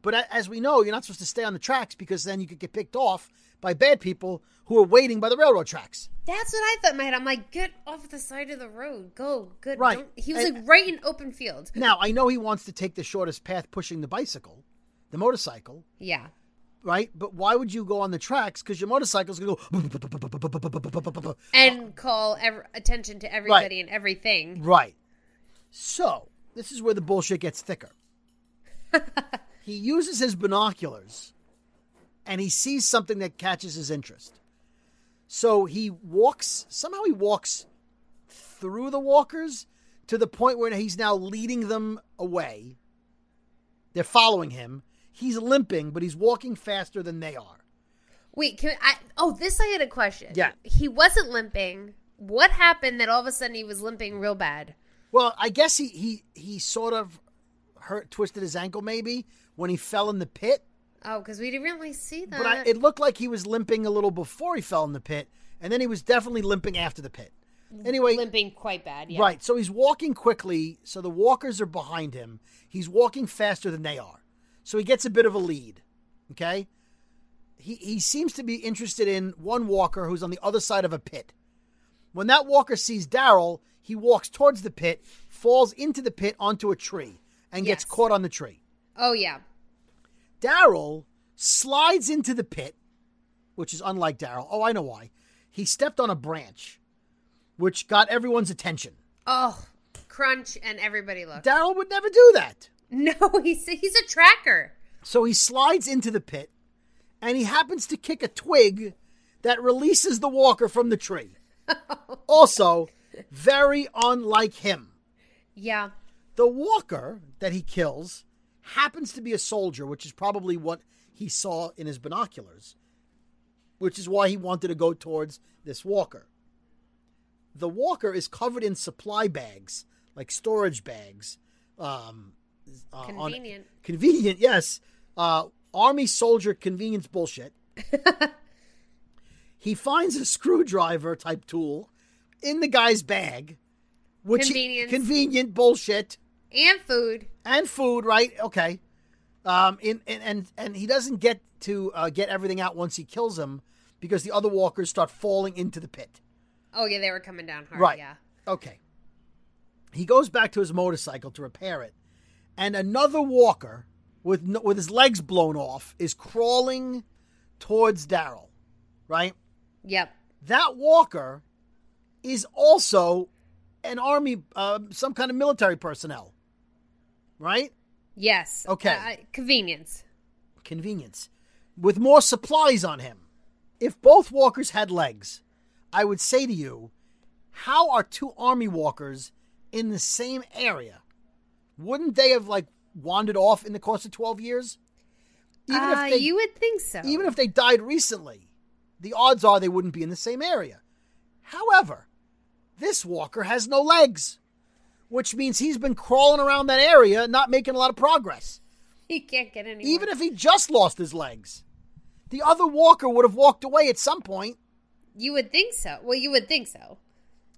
[SPEAKER 4] But a- as we know, you're not supposed to stay on the tracks because then you could get picked off by bad people who are waiting by the railroad tracks.
[SPEAKER 5] That's what I thought in my head. I'm like, get off the side of the road. Go. Good.
[SPEAKER 4] Right.
[SPEAKER 5] Don't- He was
[SPEAKER 4] And-
[SPEAKER 5] like right in open field.
[SPEAKER 4] Now, I know he wants to take the shortest path pushing the bicycle, the motorcycle,
[SPEAKER 5] Yeah.
[SPEAKER 4] right? But why would you go on the tracks? Because your motorcycle's going to go.
[SPEAKER 5] And call ev- attention to everybody and everything.
[SPEAKER 4] Right. So, this is where the bullshit gets thicker. he uses his binoculars and he sees something that catches his interest. So he walks, somehow he walks through the walkers to the point where he's now leading them away. They're following him. He's limping, but he's walking faster than they are.
[SPEAKER 5] Wait, can I? Oh, this I had a question.
[SPEAKER 4] Yeah.
[SPEAKER 5] He wasn't limping. What happened that all of a sudden he was limping real bad?
[SPEAKER 4] Well, I guess he he he sort of hurt twisted his ankle maybe when he fell in the pit
[SPEAKER 5] Oh, because we didn't really see that.
[SPEAKER 4] But I, it looked like he was limping a little before he fell in the pit, and then he was definitely limping after the pit. Anyway,
[SPEAKER 5] limping quite bad. Yeah.
[SPEAKER 4] right. So he's walking quickly, so the walkers are behind him. He's walking faster than they are. So he gets a bit of a lead. Okay? He he seems to be interested in one walker who's on the other side of a pit. When that walker sees Daryl, He walks towards the pit, falls into the pit onto a tree, and gets
[SPEAKER 5] Yes.
[SPEAKER 4] caught on the tree.
[SPEAKER 5] Oh yeah.
[SPEAKER 4] Daryl slides into the pit, which is unlike Daryl. Oh, I know why. He stepped on a branch, which got everyone's attention.
[SPEAKER 5] Oh, crunch and everybody look.
[SPEAKER 4] Daryl would never do that.
[SPEAKER 5] No, he's he's a tracker.
[SPEAKER 4] So he slides into the pit, and he happens to kick a twig that releases the walker from the tree. also, very unlike him.
[SPEAKER 5] Yeah.
[SPEAKER 4] The walker that he kills happens to be a soldier, which is probably what he saw in his binoculars, which is why he wanted to go towards this walker. The walker is covered in supply bags, like storage bags. Um, uh, on-
[SPEAKER 5] Convenient.
[SPEAKER 4] convenient, yes. Uh, army soldier convenience bullshit. he finds a screwdriver type tool in the guy's bag, which he-
[SPEAKER 5] Convenience.
[SPEAKER 4] convenient bullshit
[SPEAKER 5] And food.
[SPEAKER 4] and food, right? Okay. Um, in, in, and and he doesn't get to uh, get everything out once he kills him because the other walkers start falling into the pit.
[SPEAKER 5] Oh yeah, they were coming down hard.
[SPEAKER 4] Right.
[SPEAKER 5] Yeah.
[SPEAKER 4] Okay. He goes back to his motorcycle to repair it, and another walker with no, with his legs blown off is crawling towards Daryl. Right.
[SPEAKER 5] Yep.
[SPEAKER 4] That walker is also an army, uh, some kind of military personnel. Right.
[SPEAKER 5] Yes.
[SPEAKER 4] Okay.
[SPEAKER 5] Uh, convenience.
[SPEAKER 4] convenience with more supplies on him. If both walkers had legs, I would say to you, how are two army walkers in the same area? Wouldn't they have like wandered off in the course of 12 years? Even
[SPEAKER 5] Uh,
[SPEAKER 4] if they
[SPEAKER 5] you would think so.
[SPEAKER 4] even if they died recently, the odds are they wouldn't be in the same area. However, this walker has no legs, which means he's been crawling around that area not making a lot of progress
[SPEAKER 5] he can't get any.
[SPEAKER 4] even if he just lost his legs. The other walker would have walked away at some point.
[SPEAKER 5] you would think so. Well, you would think so.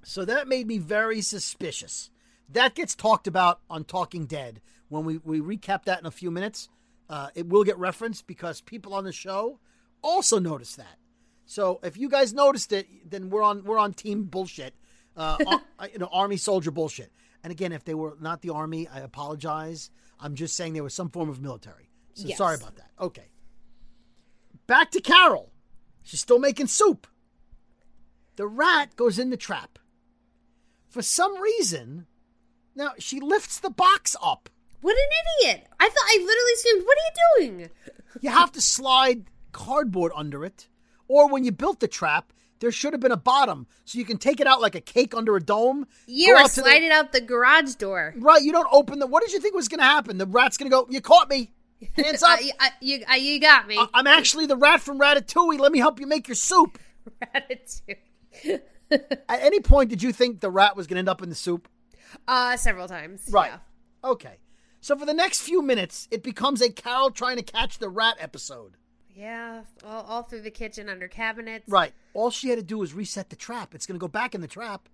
[SPEAKER 4] So that made me very suspicious. That gets talked about on Talking Dead. When we, we recap that in a few minutes, uh, it will get referenced because people on the show also noticed that. So if you guys noticed it, then we're on we're on team bullshit, uh, ar- uh, you know, army soldier bullshit. And again, if they were not the army, I apologize. I'm just saying there was some form of military. So
[SPEAKER 5] Yes.
[SPEAKER 4] sorry about that. Okay. Back to Carol. She's still making soup. The rat goes in the trap. For some reason, now she lifts the box up.
[SPEAKER 5] What an idiot! I thought I literally screamed, "What are you doing?"
[SPEAKER 4] You have to slide cardboard under it. Or when you built the trap, there should have been a bottom so you can take it out like a cake under a dome. go
[SPEAKER 5] Yeah, or
[SPEAKER 4] out to the-
[SPEAKER 5] slide it out the garage door.
[SPEAKER 4] Right, you don't open the. What did you think was going to happen? The rat's going to go, You caught me. Hands up.
[SPEAKER 5] I, I, you, I, you got me.
[SPEAKER 4] I- I'm actually the rat from Ratatouille. Let me help you make your soup. Uh,
[SPEAKER 5] Gratitude.
[SPEAKER 4] At any point, did you think the rat was going to end up in the soup?
[SPEAKER 5] Uh, several times.
[SPEAKER 4] Right.
[SPEAKER 5] yeah.
[SPEAKER 4] Okay. So for the next few minutes, it becomes a Carol trying to catch the rat episode.
[SPEAKER 5] Yeah, all, all through the kitchen under cabinets.
[SPEAKER 4] Right. All she had to do was reset the trap. It's going to go back in the trap.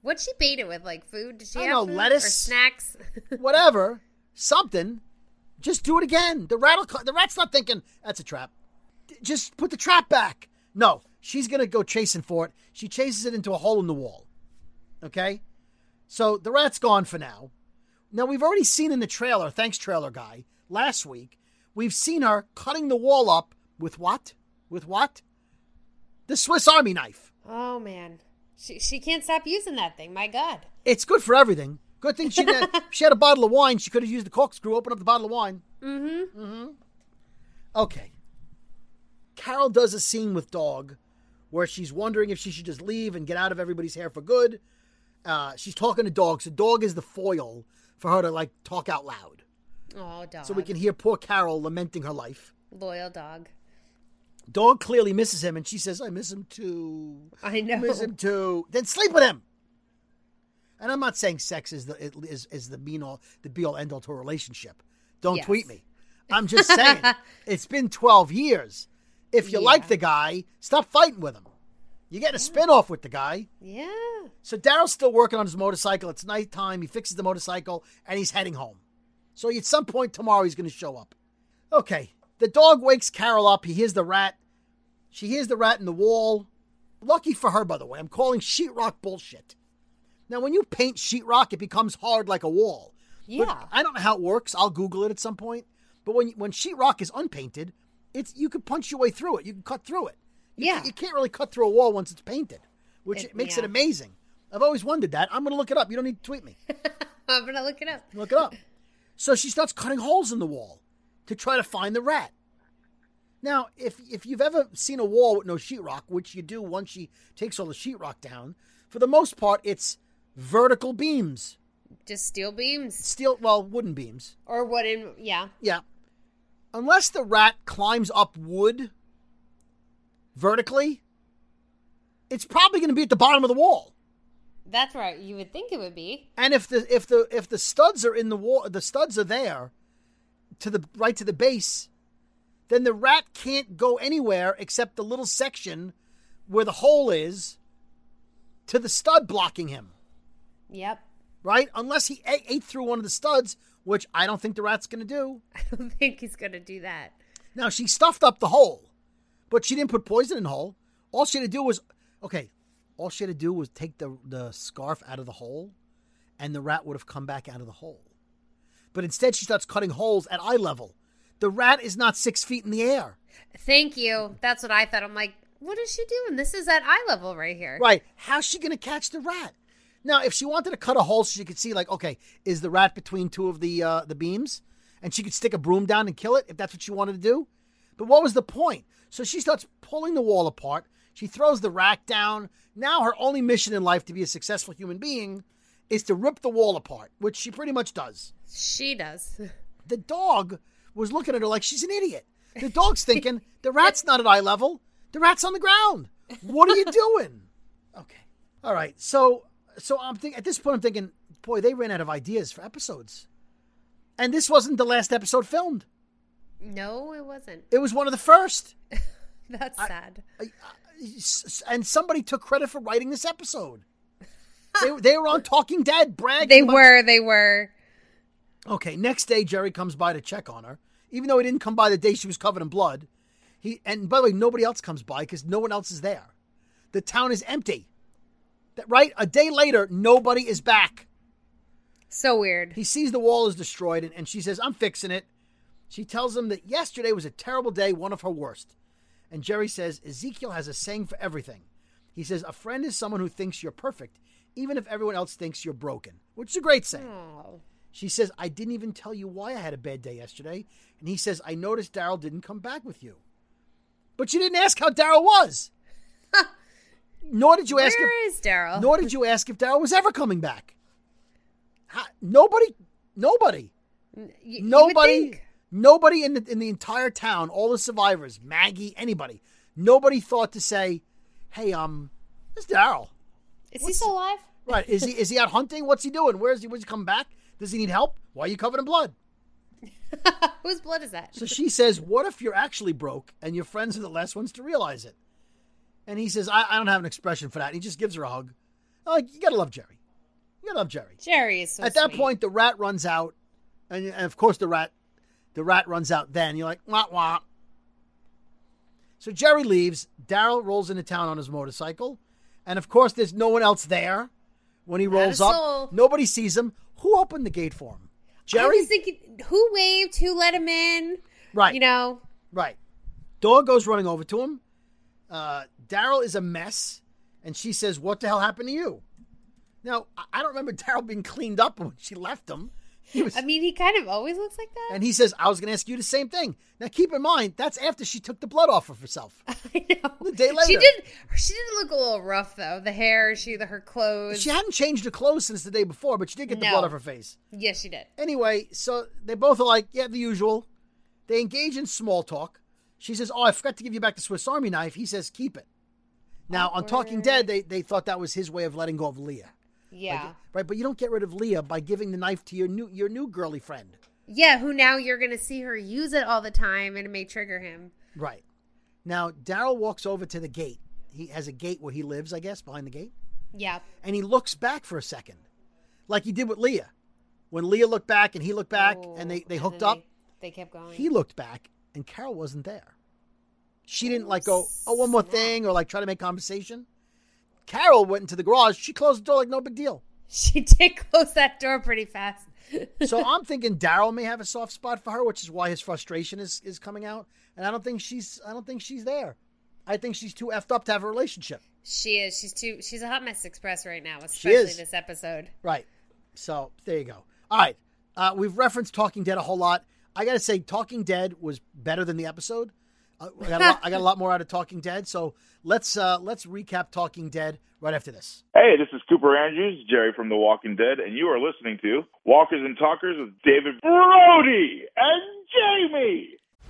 [SPEAKER 5] What'd she bait it with? Like food? Did she
[SPEAKER 4] I
[SPEAKER 5] have
[SPEAKER 4] know,
[SPEAKER 5] food? or
[SPEAKER 4] lettuce?
[SPEAKER 5] snacks?
[SPEAKER 4] Whatever. Something. Just do it again. The rat. will co- The rat's not thinking that's a trap. D- Just put the trap back. No, she's going to go chasing for it. She chases it into a hole in the wall. Okay. So the rat's gone for now. Now we've already seen in the trailer, thanks trailer guy, last week, we've seen her cutting the wall up with what? With what? The Swiss Army knife.
[SPEAKER 5] oh man, she she can't stop using that thing. My God.
[SPEAKER 4] It's good for everything. Good thing she did. she had a bottle of wine. She could have used the corkscrew, open up the bottle of wine.
[SPEAKER 5] Mm-hmm.
[SPEAKER 4] Okay. Carol does a scene with Dog where she's wondering if she should just leave and get out of everybody's hair for good. Uh, she's talking to Dog, so Dog is the foil for her to like talk out loud.
[SPEAKER 5] Oh dog.
[SPEAKER 4] So we can hear poor Carol lamenting her life.
[SPEAKER 5] loyal dog.
[SPEAKER 4] Dog clearly misses him, and she says, I miss him too.
[SPEAKER 5] I know.
[SPEAKER 4] Miss him too. Then sleep with him. And I'm not saying sex is the is, is the mean all the be all end all to a relationship. Don't
[SPEAKER 5] Yes.
[SPEAKER 4] tweet me. I'm just saying it's been 12 years. If you like the guy, stop fighting with him. You get a spin off with the guy.
[SPEAKER 5] Yeah.
[SPEAKER 4] So Daryl's still working on his motorcycle. It's nighttime. He fixes the motorcycle and he's heading home. So at some point tomorrow, he's going to show up. Okay. The dog wakes Carol up. He hears the rat. She hears the rat in the wall. Lucky for her, by the way. I'm calling sheetrock bullshit. Now, when you paint sheetrock, it becomes hard like a wall. But
[SPEAKER 10] Yeah.
[SPEAKER 4] I don't know how it works. I'll Google it at some point. But when when sheetrock is unpainted, it's you can punch your way through it. You can cut through it. You yeah. you can't really cut through a wall once it's painted, which
[SPEAKER 5] It-
[SPEAKER 4] makes it
[SPEAKER 5] yeah.
[SPEAKER 4] amazing. I've always wondered that. I'm going to look it up. You don't need to tweet me.
[SPEAKER 5] I'm gonna look it up.
[SPEAKER 4] Look it up. So she starts cutting holes in the wall to try to find the rat. Now, if if you've ever seen a wall with no sheetrock, which you do once she takes all the sheetrock down, for the most part, it's vertical beams,
[SPEAKER 5] Just steel beams
[SPEAKER 4] steel, well, wooden beams.
[SPEAKER 5] or wooden. Yeah.
[SPEAKER 4] Yeah. Unless the rat climbs up wood vertically, it's probably going to be at the bottom of the wall.
[SPEAKER 5] That's right. You would think it would be.
[SPEAKER 4] And if the if the if the studs are in the wall, the studs are there, to the right to the base, then the rat can't go anywhere except the little section where the hole is, to the stud blocking him,
[SPEAKER 5] Yep.
[SPEAKER 4] right? Unless he a- ate through one of the studs, which I don't think the rat's going to do.
[SPEAKER 5] I don't think he's gonna do that.
[SPEAKER 4] Now she stuffed up the hole, but she didn't put poison in the hole. All she had to do was okay. All she had to do was take the the scarf out of the hole, and the rat would have come back out of the hole. But instead, she starts cutting holes at eye level. The rat is not six feet in the air,
[SPEAKER 5] Thank you. That's what I thought. I'm like, what is she doing? This is at eye level right here.
[SPEAKER 4] right? How's she going to catch the rat? Now, if she wanted to cut a hole, so she could see, like, okay, is the rat between two of the uh, the beams, and she could stick a broom down and kill it if that's what she wanted to do. But what was the point? So she starts pulling the wall apart. She throws the rack down. Now her only mission in life to be a successful human being is to rip the wall apart, which she pretty much does.
[SPEAKER 5] She does.
[SPEAKER 4] The dog was looking at her like she's an idiot. The dog's thinking, the rat's not at eye level. The rat's on the ground. What are you doing? Okay. All right. So so I'm thinking at this point I'm thinking, boy, they ran out of ideas for episodes. And this wasn't the last episode filmed.
[SPEAKER 5] No, it wasn't.
[SPEAKER 4] It was one of the first.
[SPEAKER 5] That's sad.
[SPEAKER 4] s- and somebody took credit for writing this episode. they, they were on Talking Dead, bragging.
[SPEAKER 5] They
[SPEAKER 4] about-
[SPEAKER 5] were. They were.
[SPEAKER 4] Okay, next day Jerry comes by to check on her, even though he didn't come by the day she was covered in blood. He and by the way, nobody else comes by because no one else is there. The town is empty. That right? A day later, nobody is back.
[SPEAKER 5] So weird.
[SPEAKER 4] He sees the wall is destroyed, and, and she says, "I'm fixing it." She tells him that yesterday was a terrible day, one of her worst. And Jerry says, "Ezekiel has a saying for everything." He says, "A friend is someone who thinks you're perfect, even if everyone else thinks you're broken," which is a great saying.
[SPEAKER 5] Oh.
[SPEAKER 4] She says, I didn't even tell you why I had a bad day yesterday. And he says, I noticed Daryl didn't come back with you. But you didn't ask how Daryl was. nor did you ask
[SPEAKER 5] Where
[SPEAKER 4] if
[SPEAKER 5] is Daryl?
[SPEAKER 4] nor did you ask if Daryl was ever coming back. Ha- nobody nobody.
[SPEAKER 5] you,
[SPEAKER 4] Nobody nobody in the in the entire town, all the survivors, Maggie, anybody, nobody thought to say, Hey, um, this Daryl.
[SPEAKER 5] Is he still alive?
[SPEAKER 4] Right. Is he is he out hunting? What's he doing? Where is he? When's he come back? Does he need help? Why are you covered in blood?
[SPEAKER 5] Whose blood is that?
[SPEAKER 4] So she says, What if you're actually broke and your friends are the last ones to realize it? And he says, I, I don't have an expression for that. And he just gives her a hug. Like, you gotta love Jerry. You gotta love Jerry.
[SPEAKER 5] Jerry is so
[SPEAKER 4] At that
[SPEAKER 5] sweet.
[SPEAKER 4] point, the rat runs out, and, and of course the rat, the rat runs out. Then you're like, wah wah. So Jerry leaves. Daryl rolls into town on his motorcycle, and of course there's no one else there when he
[SPEAKER 5] a
[SPEAKER 4] rolls up.
[SPEAKER 5] soul.
[SPEAKER 4] Nobody sees him. Who opened the gate for him?
[SPEAKER 5] I
[SPEAKER 4] Jerry.
[SPEAKER 5] was thinking, who waved? Who let him in?
[SPEAKER 4] Right.
[SPEAKER 5] You know,
[SPEAKER 4] Right. Dog goes running over to him. Uh, Daryl is a mess, and she says, "What the hell happened to you?" Now I- I don't remember Daryl being cleaned up when she left him. He was,
[SPEAKER 5] I mean, he kind of always looks like that.
[SPEAKER 4] and he says, "I was going to ask you the same thing." Now keep in mind that's after she took the blood off of herself.
[SPEAKER 5] I know.
[SPEAKER 4] The day
[SPEAKER 5] She
[SPEAKER 4] later.
[SPEAKER 5] did. She did look a little rough though. The hair, she, the, her clothes.
[SPEAKER 4] She hadn't changed her clothes since the day before, but she did get the
[SPEAKER 5] No.
[SPEAKER 4] blood off her face.
[SPEAKER 5] yes, she did.
[SPEAKER 4] Anyway, so they both are like, yeah, the usual. They engage in small talk. She says, Oh, I forgot to give you back the Swiss Army knife. He says, Keep it. Now, on Talking Dead, they, they thought that was his way of letting go of Leah.
[SPEAKER 5] Yeah.
[SPEAKER 4] Right? But you don't get rid of Leah by giving the knife to your new your new girly friend.
[SPEAKER 5] yeah. Who now you're gonna see her use it all the time, and it may trigger him.
[SPEAKER 4] Right. Now, Daryl walks over to the gate. He has a gate where he lives, I guess, behind the gate.
[SPEAKER 5] Yeah.
[SPEAKER 4] And he looks back for a second, like he did with Leah. When Leah looked back and he looked back and they, they hooked up.
[SPEAKER 5] Oh, They kept going.
[SPEAKER 4] he looked back and Carol wasn't there. She didn't like go, oh, one more thing or like try to make conversation. Carol went into the garage. She closed the door like no big deal.
[SPEAKER 5] She did close that door pretty fast.
[SPEAKER 4] so I'm thinking Daryl may have a soft spot for her, which is why his frustration is, is coming out. And I don't think she's I don't think she's there. I think she's too effed up to have a relationship.
[SPEAKER 5] She is. She's too. She's a hot mess express right now, especially
[SPEAKER 4] is.
[SPEAKER 5] this episode.
[SPEAKER 4] Right. So there you go. All right. Uh, we've referenced Talking Dead a whole lot. I gotta say, Talking Dead was better than the episode. Uh, I, got a lot, I got a lot more out of Talking Dead. So let's uh, let's recap Talking Dead right after this.
[SPEAKER 10] Hey, this is Cooper Andrews, Jerry from The Walking Dead, and you are listening to Walkers and Talkers with David Brody and Jamie.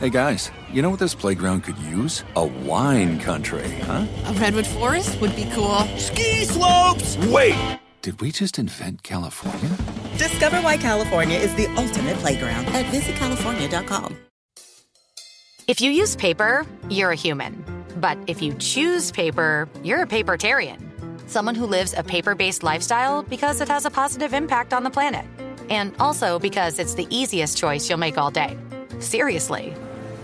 [SPEAKER 8] Hey guys, you know what this playground could use? A wine country, huh?
[SPEAKER 11] A redwood forest would be cool. Ski
[SPEAKER 8] slopes! Wait! Did we just invent California?
[SPEAKER 9] Discover why California is the ultimate playground at visitcalifornia.com.
[SPEAKER 2] If you use paper, you're a human. But if you choose paper, you're a papertarian. Someone who lives a paper based lifestyle because it has a positive impact on the planet. And also because it's the easiest choice you'll make all day. Seriously.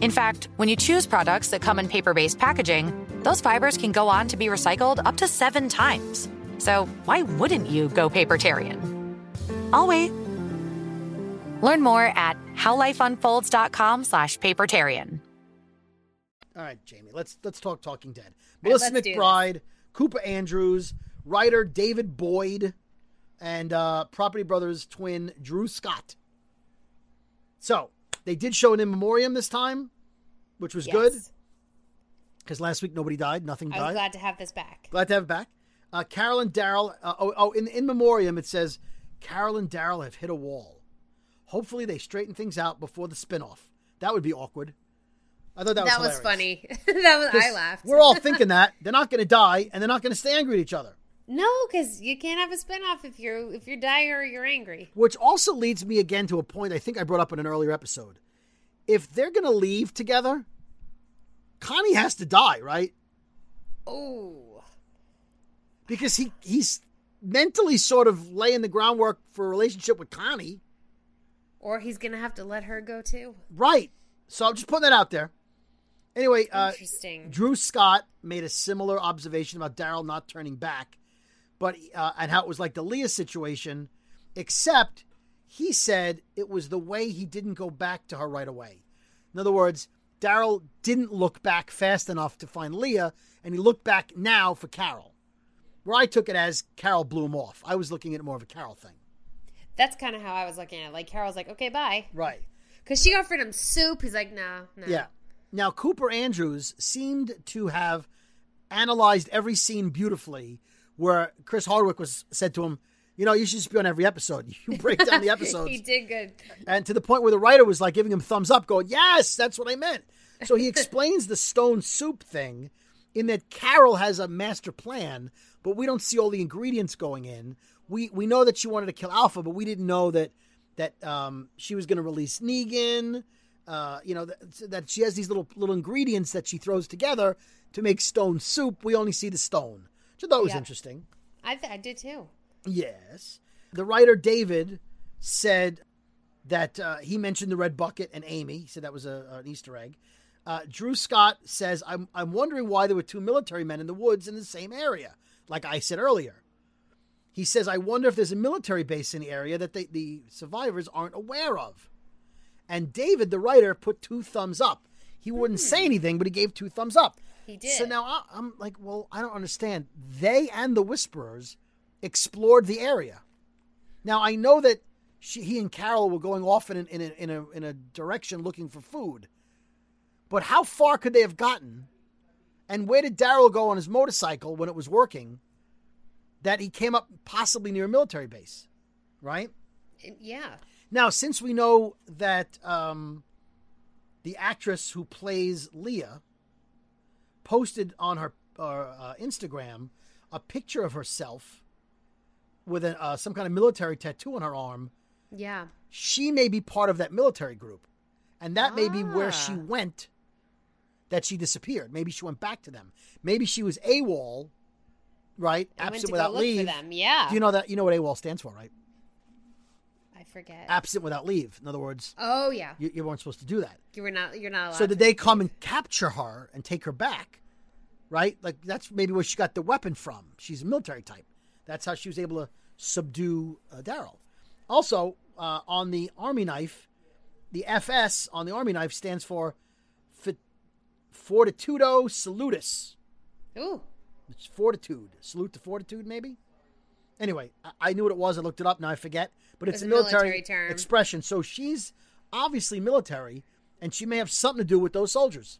[SPEAKER 2] In fact, when you choose products that come in paper based packaging, those fibers can go on to be recycled up to seven times. So, why wouldn't you go papertarian? I'll wait. Learn more at howlifeunfolds.com slash papertarian.
[SPEAKER 4] All right, Jamie, let's let's talk Talking Dead.
[SPEAKER 2] All right,
[SPEAKER 4] Melissa
[SPEAKER 2] let's do this.
[SPEAKER 4] McBride, Cooper Andrews, writer David Boyd, and uh, Property Brothers twin Drew Scott. So they did show an in memoriam this time, which was good because last week nobody died, nothing
[SPEAKER 5] I was
[SPEAKER 4] died.
[SPEAKER 5] glad to have this back.
[SPEAKER 4] Glad to have it back. Uh, Carol and Daryl. Uh, oh, oh, in in memoriam it says Carol and Daryl have hit a wall. Hopefully they straighten things out before the spinoff. That would be awkward. I thought that was hilarious.
[SPEAKER 5] funny. that was I
[SPEAKER 4] 'Cause
[SPEAKER 5] laughed.
[SPEAKER 4] We're all thinking that they're not going to die and they're not going to stay angry at each other.
[SPEAKER 5] no, because you can't have a spinoff if you're if you're dire or you're angry.
[SPEAKER 4] Which also leads me again to a point I think I brought up in an earlier episode. If they're going to leave together, Connie has to die, right?
[SPEAKER 5] Oh,
[SPEAKER 4] Because he he's mentally sort of laying the groundwork for a relationship with Connie,
[SPEAKER 5] or he's gonna have to let her go too.
[SPEAKER 4] right? So I'm just putting that out there. Anyway, uh,
[SPEAKER 5] Interesting.
[SPEAKER 4] Drew Scott made a similar observation about Daryl not turning back, but uh, and how it was like the Leah situation, except he said it was the way he didn't go back to her right away. In other words, Daryl didn't look back fast enough to find Leah, and he looked back now for Carol. Where I took it as Carol blew him off. I was looking at it more of a Carol thing.
[SPEAKER 5] That's kind of how I was looking at. it. Like Carol's like, okay, bye.
[SPEAKER 4] Right.
[SPEAKER 5] Because she offered him soup. He's like, no, no.
[SPEAKER 4] Yeah. Now, Cooper Andrews seemed to have analyzed every scene beautifully, where Chris Hardwick was said to him, "You know, you should just be on every episode. You break down the episodes."
[SPEAKER 5] he did good.
[SPEAKER 4] and to the point where the writer was like giving him thumbs up, going, "Yes, that's what I meant." So he explains the stone soup thing, in that Carol has a master plan, but we don't see all the ingredients going in. We we know that she wanted to kill Alpha, but we didn't know that that um, she was going to release Negan. Uh, you know that, that she has these little little ingredients that she throws together to make stone soup. We only see the stone, which I thought was
[SPEAKER 5] Yeah.
[SPEAKER 4] interesting.
[SPEAKER 5] I th- I did too.
[SPEAKER 4] Yes. The writer David said that uh, he mentioned the red bucket and Amy. He said that was a, an Easter egg. Uh, Drew Scott says, I'm, I'm wondering why there were two military men in the woods in the same area, like I said earlier. He says, I wonder if there's a military base in the area that they, the survivors aren't aware of. And David, the writer, put two thumbs up. He wouldn't say anything, but he gave two thumbs up.
[SPEAKER 5] He did.
[SPEAKER 4] So now I- I'm like, well, I don't understand. They and the Whisperers explored the area. Now I know that she, he and Carol were going off in, an, in, a, in a in a direction looking for food, but how far could they have gotten? And where did Daryl go on his motorcycle when it was working? That he came up possibly near a military base, right?
[SPEAKER 5] Yeah.
[SPEAKER 4] Now, since we know that um, the actress who plays Leah posted on her uh, uh, Instagram a picture of herself with a, uh, some kind of military tattoo on her arm,
[SPEAKER 5] Yeah.
[SPEAKER 4] she may be part of that military group. And that may be where she
[SPEAKER 5] Ah.
[SPEAKER 4] went that she disappeared. Maybe she went back to them. Maybe she was AWOL, right?
[SPEAKER 5] I went
[SPEAKER 4] Absent
[SPEAKER 5] to go
[SPEAKER 4] without
[SPEAKER 5] look for
[SPEAKER 4] leave.
[SPEAKER 5] them, yeah.
[SPEAKER 4] Do you know that you know what AWOL stands for, right?
[SPEAKER 5] I forget.
[SPEAKER 4] Absent without leave. In other words,
[SPEAKER 5] Oh yeah.
[SPEAKER 4] you, you weren't supposed to do that.
[SPEAKER 5] You were not. You're not allowed.
[SPEAKER 4] So
[SPEAKER 5] to.
[SPEAKER 4] did they come and capture her and take her back? Right? Like that's maybe where she got the weapon from. She's a military type. That's how she was able to subdue uh, Daryl. Also, uh, on the army knife, the FS on the army knife stands for fit, Fortitudo Salutis.
[SPEAKER 5] Ooh.
[SPEAKER 4] It's fortitude. Salute to fortitude, maybe? Anyway, I, I knew what it was. I looked it up. Now I forget. But it's,
[SPEAKER 5] It's
[SPEAKER 4] a
[SPEAKER 5] a
[SPEAKER 4] military,
[SPEAKER 5] military term.
[SPEAKER 4] expression. So she's obviously military, and she may have something to do with those soldiers.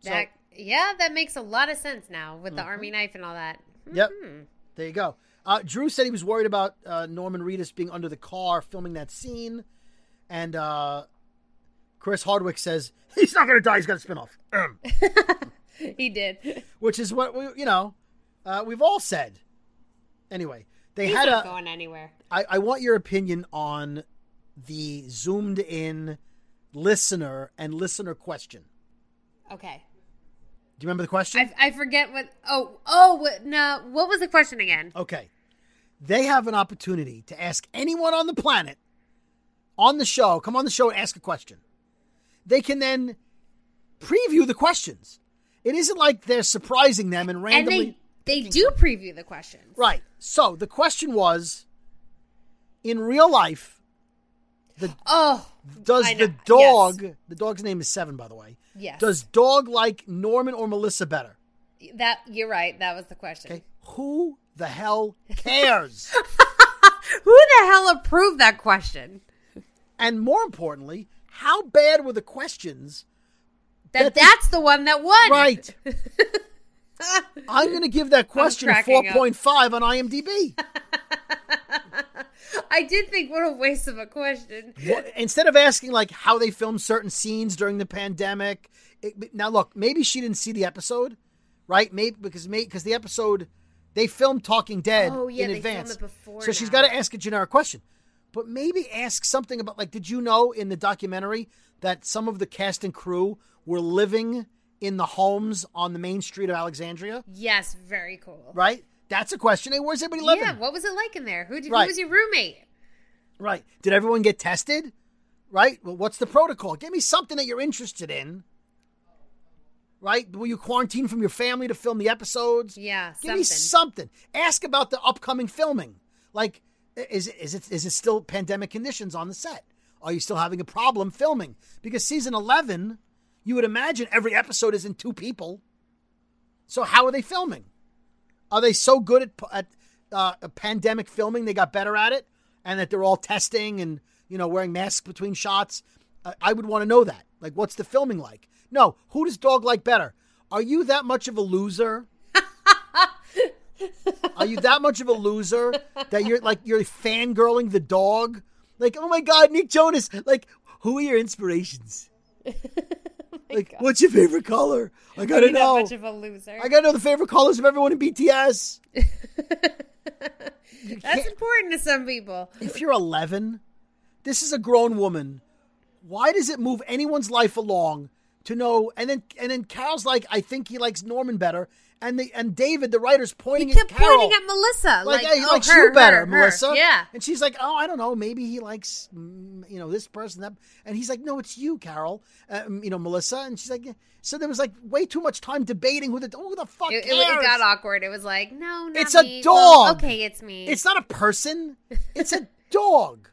[SPEAKER 4] So- Mm-hmm.
[SPEAKER 5] That, yeah, that makes a lot of sense now with the army knife and all that.
[SPEAKER 4] Yep.
[SPEAKER 5] hmm.
[SPEAKER 4] There you go. Uh, Drew said he was worried about uh, Norman Reedus being under the car filming that scene. And uh, Chris Hardwick says, he's not going to die. He's got a spinoff. Ahem.
[SPEAKER 5] he did.
[SPEAKER 4] Which is what we, you know, uh, we've all said. Anyway, they
[SPEAKER 5] He's
[SPEAKER 4] had
[SPEAKER 5] not
[SPEAKER 4] a.
[SPEAKER 5] going anywhere.
[SPEAKER 4] I, I want your opinion on the zoomed in listener and listener question.
[SPEAKER 5] Okay.
[SPEAKER 4] Do you remember the question?
[SPEAKER 5] I, I forget what. Oh, oh what, no. What was the question again?
[SPEAKER 4] Okay. They have an opportunity to ask anyone on the planet on the show, come on the show and ask a question. They can then preview the questions. It isn't like they're surprising them and
[SPEAKER 5] and
[SPEAKER 4] randomly.
[SPEAKER 5] they they do preview the questions.
[SPEAKER 4] Right. So the question was in real life, the
[SPEAKER 5] oh
[SPEAKER 4] does
[SPEAKER 5] I
[SPEAKER 4] the
[SPEAKER 5] know.
[SPEAKER 4] dog the dog's name is Seven, by the way.
[SPEAKER 5] Yes.
[SPEAKER 4] Does dog like Norman or Melissa better?
[SPEAKER 5] That you're right. That was the question.
[SPEAKER 4] Who the hell cares?
[SPEAKER 5] Who the hell approved that question?
[SPEAKER 4] and more importantly, how bad were the questions?
[SPEAKER 5] That,
[SPEAKER 4] That the-
[SPEAKER 5] that's the one that won.
[SPEAKER 4] Right. I'm going to give that question a
[SPEAKER 5] cracking up.
[SPEAKER 4] 4.5 on IMDb.
[SPEAKER 5] I did think what a waste of a question.
[SPEAKER 4] What- Instead of asking like how they filmed certain scenes during the pandemic. It, but now look, maybe she didn't see the episode, right? Maybe because may, cause the episode they filmed Talking Dead
[SPEAKER 5] Oh, yeah,
[SPEAKER 4] in
[SPEAKER 5] they
[SPEAKER 4] advance.
[SPEAKER 5] filmed it before
[SPEAKER 4] so she's
[SPEAKER 5] now.
[SPEAKER 4] got to ask a generic question. But maybe ask something about like did you know in the documentary that some of the cast and crew were living in the homes on the main street of Alexandria,
[SPEAKER 5] Yes, very cool.
[SPEAKER 4] right? That's a question. Hey, where's everybody living?
[SPEAKER 5] Yeah, what was it like in there? Who, did,
[SPEAKER 4] Right.
[SPEAKER 5] who was your roommate?
[SPEAKER 4] Right. Did everyone get tested? Right. Well, what's the protocol? Give me something that you're interested in. Right? Were you quarantined from your family to film the episodes?
[SPEAKER 5] Yeah,
[SPEAKER 4] Give me something. Ask about the upcoming filming. Like, i- is it, is it is it still pandemic conditions on the set? Are you still having a problem filming? Because season eleven, you would imagine every episode is in two people. So how are they filming? Are they so good at, at uh, pandemic filming they got better at it, and that they're all testing and you know wearing masks between shots? Uh, I would want to know that. Like, what's the filming like? No, who does dog like better? Are you that much of a loser? Are you that much of a loser that you're like you're fangirling the dog? Like, oh my god, Nick Jonas! Like, who are your inspirations? like, what's your favorite color? I
[SPEAKER 5] Oh Are
[SPEAKER 4] gotta
[SPEAKER 5] you that
[SPEAKER 4] know.
[SPEAKER 5] much of a loser.
[SPEAKER 4] I gotta know the favorite colors of everyone in BTS.
[SPEAKER 5] That's important to some people.
[SPEAKER 4] if you're 11, this is a grown woman. Why does it move anyone's life along to know. And then and then Carol's like, I think he likes Norman better. And the and David, the writer's pointing
[SPEAKER 5] He kept
[SPEAKER 4] at Carol,
[SPEAKER 5] pointing at Melissa,
[SPEAKER 4] like,
[SPEAKER 5] like,
[SPEAKER 4] "Hey, he
[SPEAKER 5] oh,
[SPEAKER 4] likes
[SPEAKER 5] her,
[SPEAKER 4] you better,
[SPEAKER 5] her, her."
[SPEAKER 4] Melissa.
[SPEAKER 5] Yeah.
[SPEAKER 4] And she's like, oh, I don't know, maybe he likes mm, you know this person that. And he's like, no, it's you, Carol. Uh, mm, you know, Melissa. And she's like, yeah. so there was like way too much time debating who the who the fuck
[SPEAKER 5] It, it,
[SPEAKER 4] cares?
[SPEAKER 5] it got awkward. It was like, no, not
[SPEAKER 4] It's a
[SPEAKER 5] me. Well,
[SPEAKER 4] dog.
[SPEAKER 5] okay, it's me.
[SPEAKER 4] It's not a person. It's a dog.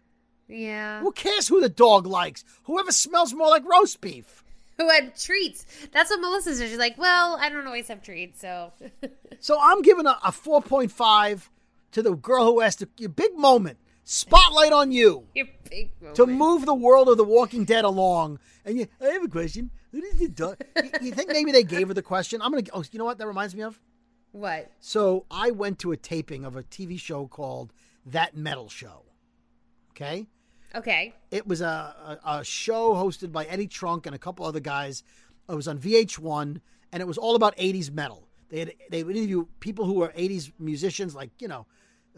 [SPEAKER 5] yeah.
[SPEAKER 4] Who cares who the dog likes? Whoever smells more like roast beef.
[SPEAKER 5] Who had treats? That's what Melissa said. She's like, well, I don't always have treats, so
[SPEAKER 4] So I'm giving a, a 4.5 to the girl who asked a, your big moment. Spotlight on you
[SPEAKER 5] your big
[SPEAKER 4] to
[SPEAKER 5] moment.
[SPEAKER 4] move the world of The Walking Dead along. And you, I have a question. Who did the dog? you, you think maybe they gave her the question? I'm gonna. Oh, you know what? That reminds me of.
[SPEAKER 5] What?
[SPEAKER 4] So I went to a taping of a TV show called That Metal Show. Okay.
[SPEAKER 5] Okay.
[SPEAKER 4] It was a, a, a show hosted by Eddie Trunk and a couple other guys. It was on VH1, and it was all about 80s metal. They had, they would interview people who were 80s musicians, like you know,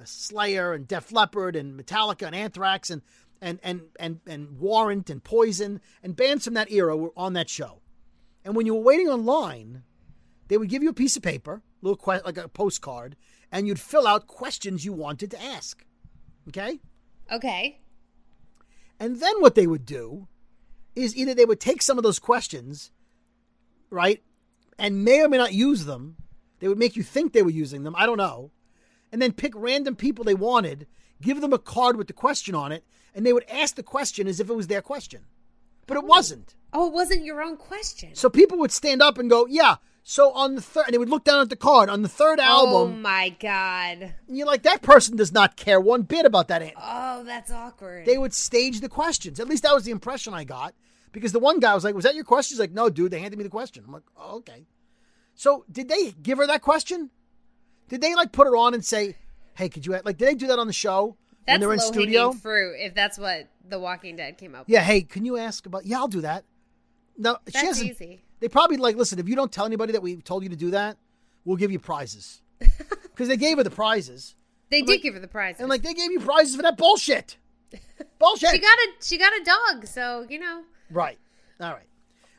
[SPEAKER 4] Slayer and Def Leppard and Metallica and Anthrax and and and and and Warrant and Poison and bands from that era were on that show. And when you were waiting online, they would give you a piece of paper, little que- like a postcard, and you'd fill out questions you wanted to ask. Okay.
[SPEAKER 5] Okay.
[SPEAKER 4] And then what they would do is either they would take some of those questions, right, and may or may not use them. They would make you think they were using them. I don't know. And then pick random people they wanted, give them a card with the question on it, and they would ask the question as if it was their question. But it wasn't.
[SPEAKER 5] Oh, it wasn't your own question.
[SPEAKER 4] So people would stand up and go, yeah. So on the third, and they would look down at the card on the third
[SPEAKER 5] Oh
[SPEAKER 4] album.
[SPEAKER 5] my god.
[SPEAKER 4] And you're like, that person does not care one bit about that answer.
[SPEAKER 5] Oh, that's awkward.
[SPEAKER 4] they would stage the questions. At least that was the impression I got. Because the one guy was like, "Was that your question?" He's like, "No, dude. They handed me the question." I'm like, oh, "Okay." So did they give her that question? Did they like put her on and say, "Hey, could you a-" like?" Did they do that on the show when
[SPEAKER 5] that's
[SPEAKER 4] they're in
[SPEAKER 5] low-hanging
[SPEAKER 4] studio?
[SPEAKER 5] fruit. If that's what The Walking Dead came up.
[SPEAKER 4] Yeah. Hey, can you ask about? Yeah, I'll do that. No,
[SPEAKER 5] with.
[SPEAKER 4] she
[SPEAKER 5] that's
[SPEAKER 4] hasn't.
[SPEAKER 5] easy.
[SPEAKER 4] They probably like listen. If you don't tell anybody that we told you to do that, we'll give you prizes because they gave her the prizes
[SPEAKER 5] They did give her the prize.
[SPEAKER 4] and like they gave you prizes for that bullshit. Bullshit.
[SPEAKER 5] she got a she got a dog, so you know.
[SPEAKER 4] Right. All right.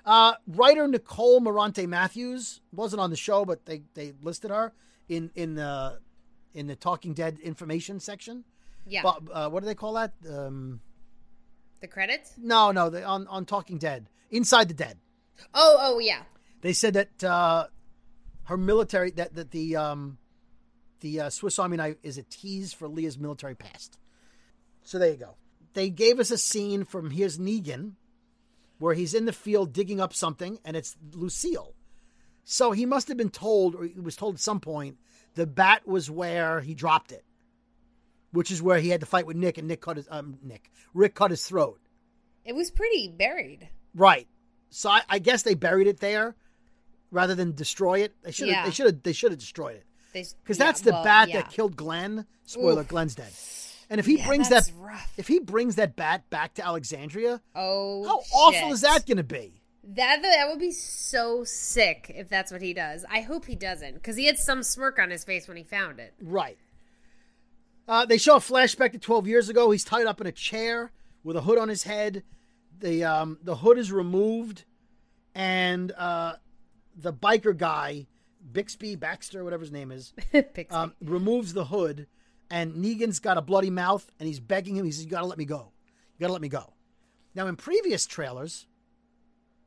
[SPEAKER 4] Uh, writer Nicole Morante Matthews wasn't on the show, but they, they listed her in in the in the Talking Dead information section.
[SPEAKER 5] Yeah.
[SPEAKER 4] But, uh, what do they call that? Um,
[SPEAKER 5] the credits.
[SPEAKER 4] no, no, they, on on Talking Dead, Inside the Dead.
[SPEAKER 5] Oh, oh yeah.
[SPEAKER 4] They said that uh, her military that that the um, the uh, Swiss Army knife is a tease for Leah's military past. So there you go. They gave us a scene from here's Negan, where he's in the field digging up something, and it's Lucille. So he must have been told, or he was told at some point, the bat was where he dropped it, which is where he had to fight with Nick, and Nick cut his um, Nick Rick cut his throat.
[SPEAKER 5] It was pretty buried.
[SPEAKER 4] Right. So I, I guess they buried it there rather than destroy it. They should have
[SPEAKER 5] Yeah.
[SPEAKER 4] they should have they should have destroyed it.
[SPEAKER 5] Because
[SPEAKER 4] Because that's the bat that killed Glenn. Spoiler,
[SPEAKER 5] Oof.
[SPEAKER 4] Glenn's dead. And if he
[SPEAKER 5] Yeah,
[SPEAKER 4] brings
[SPEAKER 5] that's
[SPEAKER 4] that
[SPEAKER 5] rough.
[SPEAKER 4] if he brings that bat back to Alexandria,
[SPEAKER 5] Oh,
[SPEAKER 4] how awful
[SPEAKER 5] shit.
[SPEAKER 4] is that gonna be?
[SPEAKER 5] That that would be so sick if that's what he does. I hope he doesn't, because he had some smirk on his face when he found it.
[SPEAKER 4] Right. Uh, they show a flashback to 12 years ago. He's tied up in a chair with a hood on his head. The um, the hood is removed, and uh, the biker guy, Bixby Baxter, whatever his name is, um, removes the hood. And Negan's got a bloody mouth, and he's begging him. He says, "You gotta let me go. You gotta let me go." Now, in previous trailers,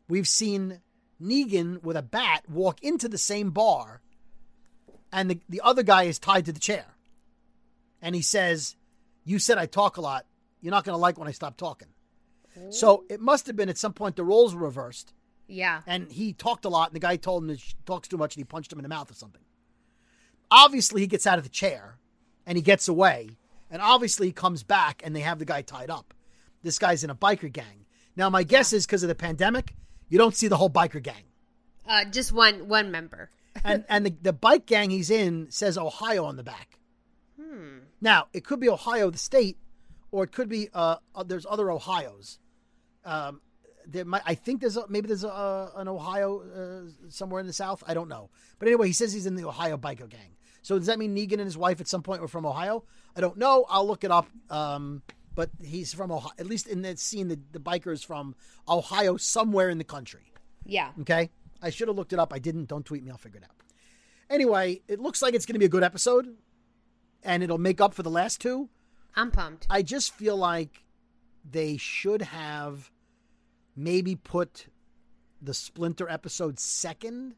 [SPEAKER 4] we've seen Negan with a bat walk into the same bar, and the, the other guy is tied to the chair. And he says, You said I talk a lot. You're not going to like when I stop talking. So it must have been at some point the roles were reversed,
[SPEAKER 5] Yeah.
[SPEAKER 4] and he talked a lot, and the guy told him that he talks too much, and he punched him in the mouth or something. Obviously, he gets out of the chair and he gets away, and obviously, he comes back, and they have the guy tied up. This guy's in a biker gang. Now, my guess is because of the pandemic, you don't see the whole biker gang.
[SPEAKER 5] Uh, just one one member.
[SPEAKER 4] and and the, the bike gang he's in says Ohio on the back. Now it could be Ohio the state, or it could be uh, uh, there's other Ohio's. Um, there might I think there's a, maybe there's a, an Ohio uh, somewhere in the South. I don't know, but anyway, he says he's in the Ohio biker gang. So does that mean Negan and his wife at some point were from Ohio? I don't know. I'll look it up. Um, but he's from Ohio. At least in that scene, the, the biker is from Ohio, somewhere in the country.
[SPEAKER 5] Yeah.
[SPEAKER 4] Okay. I should have looked it up. I didn't. Don't tweet me. I'll figure it out. Anyway, it looks like it's going to be a good episode, and it'll make up for the last two.
[SPEAKER 5] I'm pumped.
[SPEAKER 4] I just feel like they should have maybe put the Splinter episode second,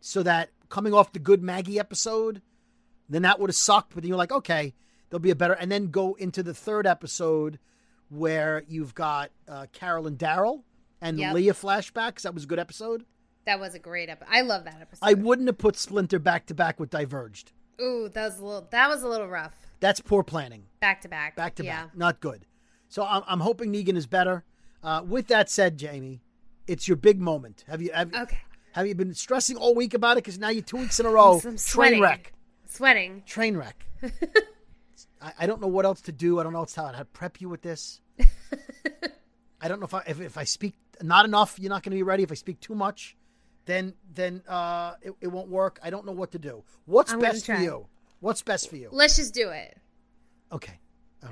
[SPEAKER 4] so that coming off the good Maggie episode, then that would have sucked. But then you're like, okay, there'll be a better, and then go into the third episode where you've got uh, Carol and Daryl and
[SPEAKER 5] Yep.
[SPEAKER 4] Leah flashbacks. That was a good episode.
[SPEAKER 5] That was a great episode. I love that episode.
[SPEAKER 4] I wouldn't have put Splinter back to back with Diverged.
[SPEAKER 5] Ooh, that was a little. That was a little rough.
[SPEAKER 4] That's poor planning.
[SPEAKER 5] Back to back.
[SPEAKER 4] Back to
[SPEAKER 5] yeah.
[SPEAKER 4] back. Not good. So I'm, I'm hoping Negan is better. Uh, with that said, Jamie, it's your big moment. Have you have,
[SPEAKER 5] okay.
[SPEAKER 4] have you been stressing all week about it? Because now you're two weeks in a row.
[SPEAKER 5] I'm
[SPEAKER 4] Oh, train
[SPEAKER 5] sweating.
[SPEAKER 4] wreck.
[SPEAKER 5] Sweating.
[SPEAKER 4] Train wreck. I, I don't know what else to do. I don't know else how to prep you with this. I don't know if I if, if I speak not enough, you're not going to be ready. If I speak too much, then then uh, it, it won't work. I don't know what to do. What's
[SPEAKER 5] I'm gonna
[SPEAKER 4] best for
[SPEAKER 5] try.
[SPEAKER 4] you? What's best for you?
[SPEAKER 5] Let's just do it.
[SPEAKER 4] Okay. All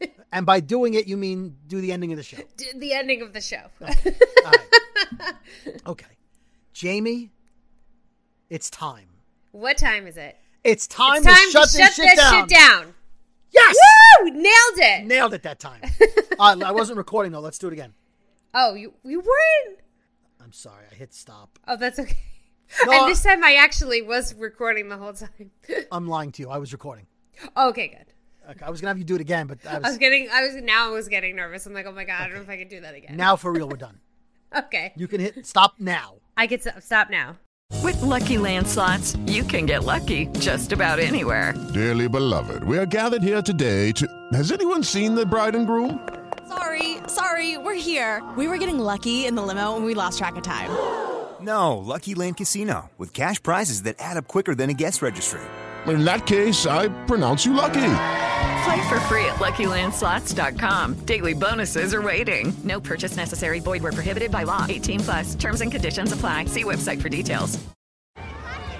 [SPEAKER 4] right. and by doing it, you mean do the ending of the show.
[SPEAKER 5] D- the ending of the show.
[SPEAKER 4] Okay. Jamie, it's time.
[SPEAKER 5] what time is it?
[SPEAKER 4] It's time,
[SPEAKER 5] it's time
[SPEAKER 4] to shut,
[SPEAKER 5] to
[SPEAKER 4] this
[SPEAKER 5] shut
[SPEAKER 4] shit down.
[SPEAKER 5] that shit down.
[SPEAKER 4] Yes!
[SPEAKER 5] Woo! Nailed it.
[SPEAKER 4] Nailed it that time. uh, I wasn't recording though. Let's do it again.
[SPEAKER 5] Oh, you you weren't.
[SPEAKER 4] I'm sorry. I hit stop.
[SPEAKER 5] Oh, that's okay.
[SPEAKER 4] No,
[SPEAKER 5] and this time I actually was recording the whole time.
[SPEAKER 4] I'm lying to you. I was recording.
[SPEAKER 5] okay, good.
[SPEAKER 4] Okay, I was gonna have you do it again, but I
[SPEAKER 5] I
[SPEAKER 4] was,
[SPEAKER 5] was, getting. I was now. I was getting nervous. I'm like, oh my god, I don't know if I can do that again.
[SPEAKER 4] now for real. We're done.
[SPEAKER 5] Okay.
[SPEAKER 4] You can hit stop now.
[SPEAKER 5] I can stop, stop now.
[SPEAKER 11] With Lucky Land slots, you can get lucky just about anywhere.
[SPEAKER 12] Dearly beloved, we are gathered here today to. Has anyone seen the bride and groom?
[SPEAKER 13] Sorry, sorry, we're here. We were getting lucky in the limo and we lost track of time.
[SPEAKER 14] No, Lucky Land Casino, with cash prizes that add up quicker than a guest registry.
[SPEAKER 12] In that case, I pronounce you lucky.
[SPEAKER 11] Play for free at LuckyLandSlots.com. Daily bonuses are waiting. No purchase necessary. Void were prohibited by law. 18 plus. Terms and conditions apply. See website for details.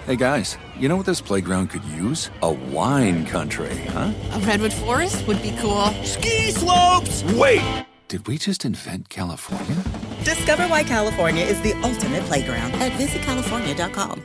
[SPEAKER 8] Hey guys, you know what this playground could use? A wine country, huh?
[SPEAKER 11] A redwood forest would be cool.
[SPEAKER 8] Ski slopes! Wait! Did we just invent California?
[SPEAKER 9] Discover why California is the ultimate playground at visitcalifornia.com.